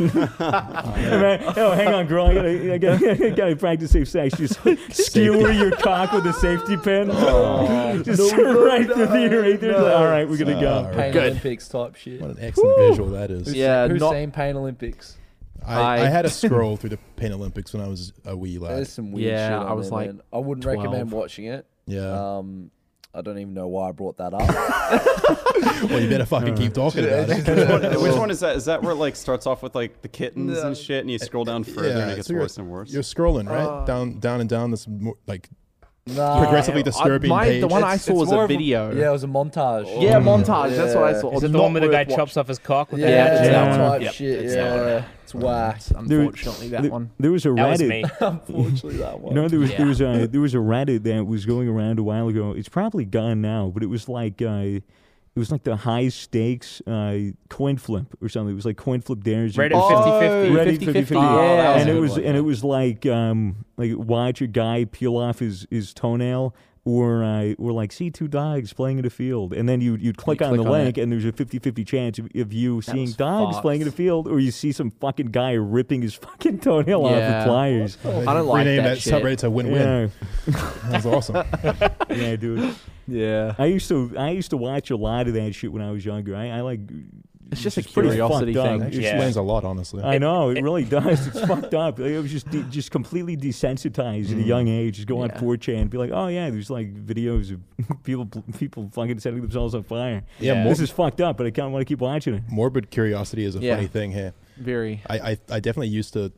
Speaker 2: Hey, man, oh, hang on, girl. I gotta, I gotta, I gotta practice safe sex. Just skewer your cock with a safety pin.
Speaker 7: Oh,
Speaker 2: Just right through the urethra. All right, we're gonna go.
Speaker 1: All right.
Speaker 3: Pain
Speaker 7: Good.
Speaker 3: Olympics type shit.
Speaker 1: What an excellent visual that is.
Speaker 7: Yeah,
Speaker 3: Who's
Speaker 7: not-
Speaker 3: seen Pain Olympics?
Speaker 1: I, I,
Speaker 7: I-
Speaker 1: had a scroll through the Pain Olympics when I was a wee lad.
Speaker 3: There's some weird
Speaker 7: Yeah,
Speaker 3: shit. on
Speaker 7: I was
Speaker 3: there,
Speaker 7: like
Speaker 3: man. I wouldn't
Speaker 7: 12.
Speaker 3: recommend watching it.
Speaker 7: uh,
Speaker 1: Yeah.
Speaker 3: Um, I don't even know why I brought that up.
Speaker 1: well, you better fucking keep talking about it.
Speaker 4: Which one is that? Is that where it like starts off with like the kittens and shit, and you scroll down further and it gets
Speaker 1: so you're-
Speaker 4: worse and worse?
Speaker 1: You're scrolling right
Speaker 7: Uh,
Speaker 1: down, down and down this more, like
Speaker 3: nah,
Speaker 1: progressively disturbing
Speaker 7: I, my,
Speaker 1: page.
Speaker 7: The one I
Speaker 4: It's-
Speaker 7: saw
Speaker 4: it's
Speaker 7: was
Speaker 4: more
Speaker 7: a
Speaker 4: of a-
Speaker 7: video.
Speaker 3: yeah, it was a montage.
Speaker 7: Yeah, montage. That's what I
Speaker 3: Yeah.
Speaker 7: saw.
Speaker 6: Is it the
Speaker 7: Not
Speaker 6: one where the guy
Speaker 7: worth
Speaker 6: chops off his cock with
Speaker 3: Yeah,
Speaker 6: the
Speaker 3: it's
Speaker 6: hand?
Speaker 7: Yeah.
Speaker 3: that type
Speaker 6: Yep,
Speaker 3: shit.
Speaker 6: it's that
Speaker 3: yeah, it's whack.
Speaker 7: watching. Unfortunately, that
Speaker 2: There-
Speaker 7: one.
Speaker 2: There was a
Speaker 6: That was
Speaker 2: Reddit.
Speaker 6: me.
Speaker 3: Unfortunately, that one.
Speaker 2: You know, there was there was a there was a Reddit that was going around a while ago. It's probably gone now, but it was like uh, it was like the high stakes uh, coin flip or something. It was like coin flip dares.
Speaker 6: Reddit
Speaker 2: Oh,
Speaker 6: 50-50.
Speaker 2: Reddit
Speaker 7: 50-50. Oh,
Speaker 2: 50-50.
Speaker 7: that was
Speaker 2: and
Speaker 7: a
Speaker 2: it
Speaker 7: good
Speaker 2: was
Speaker 7: one,
Speaker 2: and it was like um like watch a guy peel off his his toenail. Or, uh, or like see two dogs playing in a field, and then you you'd click on
Speaker 7: click
Speaker 2: the
Speaker 7: on
Speaker 2: link, and there's a 50-50 chance of, of you seeing
Speaker 7: was
Speaker 2: dogs
Speaker 7: fucked.
Speaker 2: playing in a field, or you see some fucking guy ripping his fucking toenail off
Speaker 7: Yeah.
Speaker 2: with pliers.
Speaker 7: I don't like
Speaker 1: rename
Speaker 7: that
Speaker 1: that
Speaker 7: shit.
Speaker 1: subreddit to win-win.
Speaker 2: Yeah,
Speaker 1: That was awesome.
Speaker 2: yeah, dude.
Speaker 7: Yeah.
Speaker 2: I used to I used to watch a lot of that shit when I was younger. I, I like
Speaker 7: It's just a
Speaker 2: it's pretty
Speaker 7: curiosity
Speaker 2: fucked
Speaker 7: thing.
Speaker 2: Up. It's-
Speaker 1: Actually
Speaker 6: Yeah.
Speaker 1: explains a lot, honestly.
Speaker 7: Uh,
Speaker 2: I know it, really does. It's fucked up. Like, I was just de- just completely desensitized at a young age. Just go on
Speaker 7: Mm. Yeah.
Speaker 2: 4chan and be like, oh yeah, there's like videos of people people fucking setting themselves on fire.
Speaker 1: Yeah,
Speaker 6: Yeah.
Speaker 1: mor-
Speaker 2: This is fucked up, but I kind of want to keep watching it.
Speaker 1: morbid curiosity is a
Speaker 7: Yeah.
Speaker 1: funny thing here.
Speaker 7: Very.
Speaker 1: I, I, I definitely used to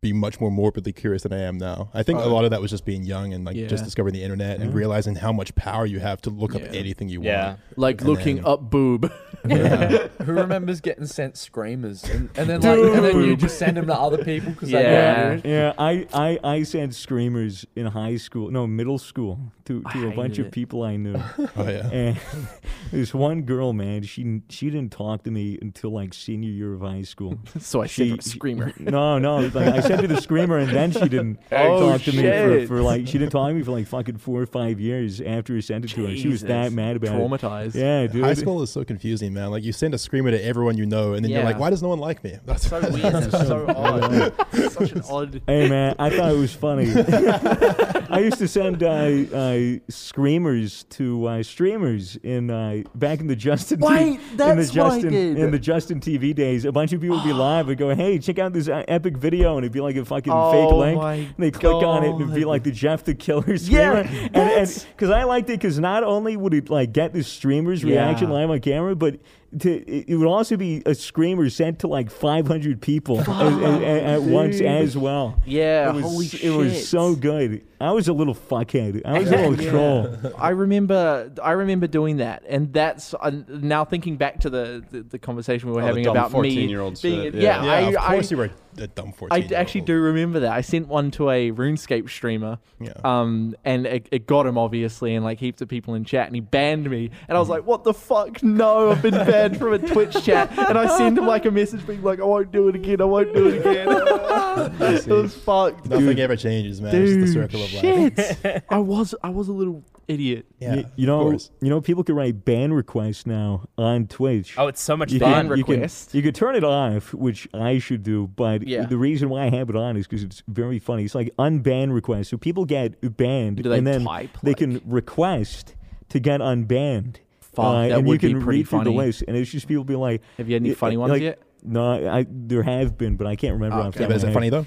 Speaker 1: be much more morbidly curious than I am now. I think a lot of that was just being young and like
Speaker 7: Yeah.
Speaker 1: just discovering the internet and realizing how much power you have to look up anything you
Speaker 6: Yeah.
Speaker 1: want.
Speaker 7: Like
Speaker 1: And
Speaker 7: looking
Speaker 1: then-
Speaker 7: up boob.
Speaker 3: Who remembers getting sent screamers and, and then like and then you just send them to other people because
Speaker 7: Yeah.
Speaker 3: they don't do it?
Speaker 2: Yeah, I, I, I sent screamers in high school, no middle school, to,
Speaker 7: I
Speaker 2: to a bunch
Speaker 7: hated
Speaker 2: of
Speaker 7: it.
Speaker 2: people I knew.
Speaker 1: Oh yeah.
Speaker 2: And this one girl, man, she she didn't talk to me until like senior year of high school.
Speaker 7: So I
Speaker 2: She-
Speaker 7: said screamer.
Speaker 2: No, no, like, I sent her the screamer, and then she didn't talk to me for,
Speaker 7: Oh, shit.
Speaker 2: for like she didn't talk to me for like fucking four or five years after I sent it to her. She was that
Speaker 7: Jesus.
Speaker 2: mad about it.
Speaker 7: Traumatized.
Speaker 2: Yeah, dude.
Speaker 1: High school is so confusing, man. Like you send a screamer to everyone you know, and then you're
Speaker 7: Yeah.
Speaker 1: like, "Why does no one like me?" That's
Speaker 7: So weird. It's so odd. Such an odd.
Speaker 2: Hey man, I thought it was funny. I used to send uh, uh, screamers to uh, streamers in uh, back in the Justin. T-
Speaker 7: Wait,
Speaker 2: in the
Speaker 7: that's what I
Speaker 2: Justin
Speaker 7: did.
Speaker 2: in the Justin TV days. A bunch of people would be live and go, "Hey, check out this uh, epic video," and it'd be like a fucking fake
Speaker 7: Oh
Speaker 2: link.
Speaker 7: my
Speaker 2: And they click on it and it'd be
Speaker 7: God.
Speaker 2: like the Jeff the Killer
Speaker 7: Yeah,
Speaker 2: screamer.
Speaker 7: that's-
Speaker 2: because I liked it because not only would it like get the streamer's
Speaker 7: Yeah.
Speaker 2: reaction live on camera, but to, it it would also be a screamer sent to like 500 people at, at- at- at once
Speaker 7: dude.
Speaker 2: as well.
Speaker 7: Yeah,
Speaker 2: It was,
Speaker 7: holy
Speaker 2: It was
Speaker 7: shit.
Speaker 2: so good. I was a little fuckhead. I was a little
Speaker 7: Yeah.
Speaker 2: troll.
Speaker 7: I remember, I remember doing that, and that's uh, now thinking back to the, the, the conversation we were
Speaker 4: Oh, the
Speaker 7: having
Speaker 4: dumb
Speaker 7: about me
Speaker 4: 14-year-old
Speaker 7: being
Speaker 4: shit,
Speaker 7: yeah.
Speaker 1: yeah.
Speaker 7: I,
Speaker 1: of
Speaker 7: I,
Speaker 1: course you were a dumb fourteen.
Speaker 7: I d- actually do remember that. I sent one to a RuneScape streamer,
Speaker 1: Yeah.
Speaker 7: um, and it, it got him obviously, and like heaps of people in chat, and he banned me, and I was like, "What the fuck? No, I've been banned from a Twitch chat." And I sent him like a message being like, "I won't do it again. I won't do it again." it was fucked,
Speaker 1: Nothing
Speaker 7: dude.
Speaker 1: ever changes, man.
Speaker 7: Dude,
Speaker 1: it's the circle of life.
Speaker 7: shit. I was I was a little idiot.
Speaker 1: Yeah,
Speaker 2: you, you
Speaker 1: of
Speaker 2: know,
Speaker 1: course.
Speaker 2: you know, people can write ban requests now on Twitch.
Speaker 6: Oh, it's so much
Speaker 2: you
Speaker 6: fun.
Speaker 7: ban
Speaker 2: you
Speaker 7: request.
Speaker 2: You can turn it off, which I should do, but
Speaker 7: Yeah.
Speaker 2: the reason why I have it on is because it's very funny. It's like unban requests. So people get banned,
Speaker 7: Do they
Speaker 2: and then
Speaker 7: type,
Speaker 2: they
Speaker 7: like-
Speaker 2: can request to get unbanned.
Speaker 7: Fuck,
Speaker 1: Uh,
Speaker 7: that
Speaker 2: Uh, and
Speaker 7: would
Speaker 2: you
Speaker 7: be
Speaker 2: can
Speaker 7: pretty
Speaker 2: read through
Speaker 7: funny.
Speaker 2: the list, and it's just people be like,
Speaker 7: Have you had any
Speaker 2: y-
Speaker 7: funny ones
Speaker 2: like,
Speaker 7: yet?
Speaker 2: No, I, there have been, but I can't remember off the
Speaker 1: Yeah,
Speaker 2: top
Speaker 1: but
Speaker 2: of
Speaker 1: is
Speaker 2: my
Speaker 1: it
Speaker 2: head.
Speaker 1: funny
Speaker 2: Mm-hmm.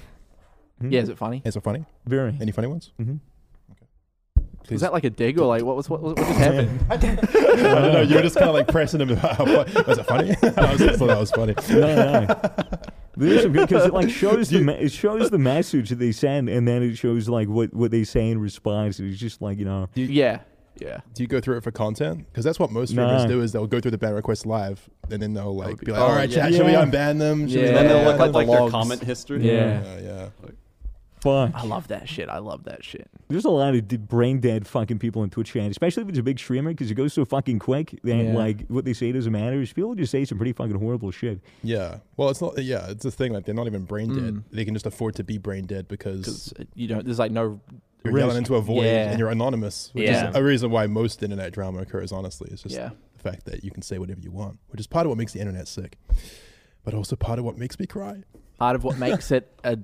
Speaker 1: though?
Speaker 7: Yeah, is it funny?
Speaker 1: Is it funny?
Speaker 2: Very. Mm-hmm.
Speaker 1: Any funny ones?
Speaker 7: Was that like a dig or like what was what, what just happened?
Speaker 1: I don't know. You were just kind of like pressing him. was it funny? I was just thought that was funny.
Speaker 2: no, no. There's some good because it like shows the ma- it shows the message that they send, and then it shows like what what they say in response. It's just like you know,
Speaker 7: yeah, yeah.
Speaker 1: Do you go through it for content? Because that's what most streamers
Speaker 2: No.
Speaker 1: do is they'll go through the ban requests live and then they'll like
Speaker 7: be-
Speaker 1: be, like,
Speaker 7: oh,
Speaker 1: all right,
Speaker 7: yeah.
Speaker 1: chat, should we
Speaker 2: Yeah.
Speaker 1: unban them? Should
Speaker 7: Yeah.
Speaker 1: we
Speaker 7: And
Speaker 1: ban
Speaker 7: they'll
Speaker 1: them?
Speaker 7: look
Speaker 4: like, like their
Speaker 7: logs.
Speaker 4: comment history.
Speaker 7: Yeah.
Speaker 1: yeah, yeah.
Speaker 2: fuck.
Speaker 1: Oh.
Speaker 7: I love that shit. I love that shit.
Speaker 2: There's a lot of d- brain dead fucking people in Twitch chat, especially if it's a big streamer, because it goes so fucking quick that
Speaker 7: Yeah.
Speaker 2: like what they say doesn't matter. Is people just say some pretty fucking horrible shit.
Speaker 1: Yeah. Well, it's not. Yeah, it's a thing. Like they're not even brain dead.
Speaker 7: Mm.
Speaker 1: They can just afford to be brain dead because
Speaker 7: because you don't. There's like no.
Speaker 1: you're yelling into a void
Speaker 7: Yeah.
Speaker 1: and you're anonymous, which
Speaker 6: Yeah.
Speaker 1: is a reason why most internet drama occurs. Honestly, it's just
Speaker 7: Yeah.
Speaker 1: the fact that you can say whatever you want, which is part of what makes the internet sick, but also part of what makes me cry.
Speaker 7: Part of what makes it a,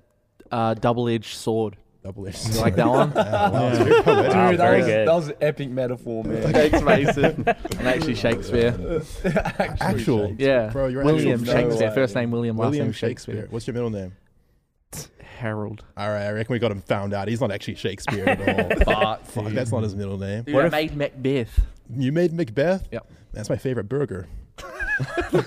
Speaker 7: a double-edged sword.
Speaker 1: Double edged.
Speaker 7: You like that one?
Speaker 6: Wow,
Speaker 3: Dude, that,
Speaker 6: very
Speaker 3: was,
Speaker 6: good.
Speaker 3: that was an epic metaphor, man.
Speaker 7: Thanks, Mason. And actually Shakespeare.
Speaker 1: Actual.
Speaker 7: Yeah.
Speaker 1: Bro, you're
Speaker 7: William
Speaker 1: actually-
Speaker 7: Shakespeare.
Speaker 1: No way.
Speaker 7: First name William, last
Speaker 1: William
Speaker 7: name
Speaker 1: Shakespeare.
Speaker 7: Shakespeare.
Speaker 1: What's your middle name?
Speaker 7: Harold.
Speaker 1: All right, I reckon we got him found out. He's not actually Shakespeare at all.
Speaker 3: But
Speaker 1: Fuck, that's not his middle name.
Speaker 7: Dude, I made Macbeth.
Speaker 1: You made Macbeth?
Speaker 7: Yep.
Speaker 1: That's my favorite burger.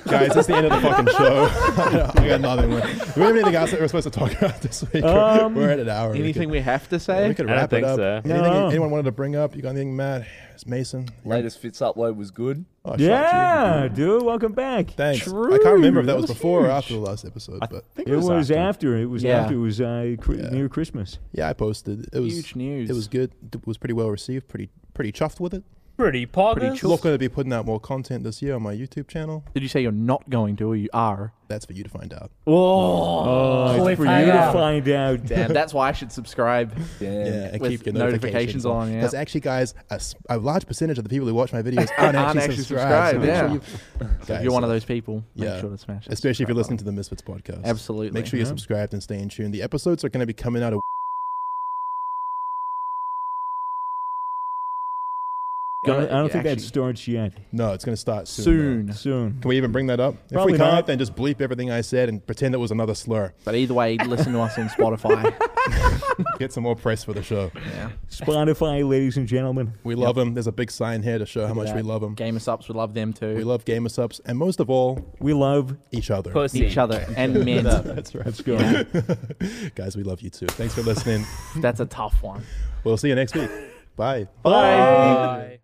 Speaker 1: Guys, that's the end of the fucking show. I got nothing. left. Do we have anything else that we're supposed to talk about this week?
Speaker 2: Um,
Speaker 1: we're at an hour. We
Speaker 7: Anything
Speaker 1: could-
Speaker 7: we have to
Speaker 1: we could,
Speaker 7: say?
Speaker 6: I don't
Speaker 1: wrap
Speaker 6: think
Speaker 1: it up.
Speaker 6: so.
Speaker 1: Anything
Speaker 2: No.
Speaker 1: anyone wanted to bring up? You got anything, Matt? It's Mason.
Speaker 3: latest Fitz upload was good.
Speaker 1: Oh, shit,
Speaker 2: Yeah, dude, welcome back.
Speaker 1: Thanks. I can't remember if that was,
Speaker 2: That was
Speaker 1: before or
Speaker 2: huge.
Speaker 1: after the last episode, but
Speaker 2: It was, after. It was
Speaker 7: Yeah.
Speaker 2: after. It was uh, cri- near Christmas.
Speaker 1: yeah, I posted. It was
Speaker 7: Huge news.
Speaker 1: It was good. It was pretty well received. Pretty pretty chuffed with it.
Speaker 6: Pretty poggers.
Speaker 1: Look, going to be putting out more content this year on my YouTube channel.
Speaker 7: Did you say you're not going to, or you are?
Speaker 1: That's for you to find out.
Speaker 7: Whoa!
Speaker 2: Oh, it's for you to
Speaker 6: Cliffhanger.
Speaker 2: find out.
Speaker 7: Damn, that's why I should subscribe.
Speaker 3: Damn.
Speaker 1: Yeah, and
Speaker 7: With
Speaker 1: keep your
Speaker 7: notifications
Speaker 1: notifications,
Speaker 7: on, yeah.
Speaker 1: Because actually, guys, a, s- a large percentage of the people who watch my videos aren't,
Speaker 7: Aren't
Speaker 1: actually,
Speaker 7: actually
Speaker 1: subscribed.
Speaker 7: subscribed,
Speaker 1: make sure you-
Speaker 7: If
Speaker 1: Guys,
Speaker 7: you're one of those people, make
Speaker 1: yeah.
Speaker 7: sure to smash it.
Speaker 1: Especially if you're listening to the Misfits podcast.
Speaker 7: Absolutely.
Speaker 1: Make sure you're subscribed and stay in tune. The episodes are going to be coming out. A-
Speaker 2: I don't, I don't
Speaker 7: Yeah,
Speaker 2: think that
Speaker 7: actually.
Speaker 2: starts yet.
Speaker 1: no, it's going to start soon. though.
Speaker 7: soon.
Speaker 2: Soon.
Speaker 1: Can we even bring that up?
Speaker 2: Probably
Speaker 1: if we can't,
Speaker 2: not.
Speaker 1: then just bleep everything I said and pretend it was another slur.
Speaker 7: But either way, listen to us on Spotify.
Speaker 1: Get some more press for the show.
Speaker 2: Spotify, ladies and gentlemen.
Speaker 1: We love them. There's a big sign here to show how much we love them.
Speaker 7: Game us ups, we love them too.
Speaker 1: We love gamer subs and most of all,
Speaker 2: We love.
Speaker 1: each other.
Speaker 6: Pussy.
Speaker 7: each other and men.
Speaker 1: That's right.
Speaker 2: Let's go.
Speaker 1: Guys, we love you too. Thanks for listening.
Speaker 7: That's a tough one.
Speaker 1: we'll see you next week. Bye.
Speaker 2: Bye.
Speaker 6: Bye.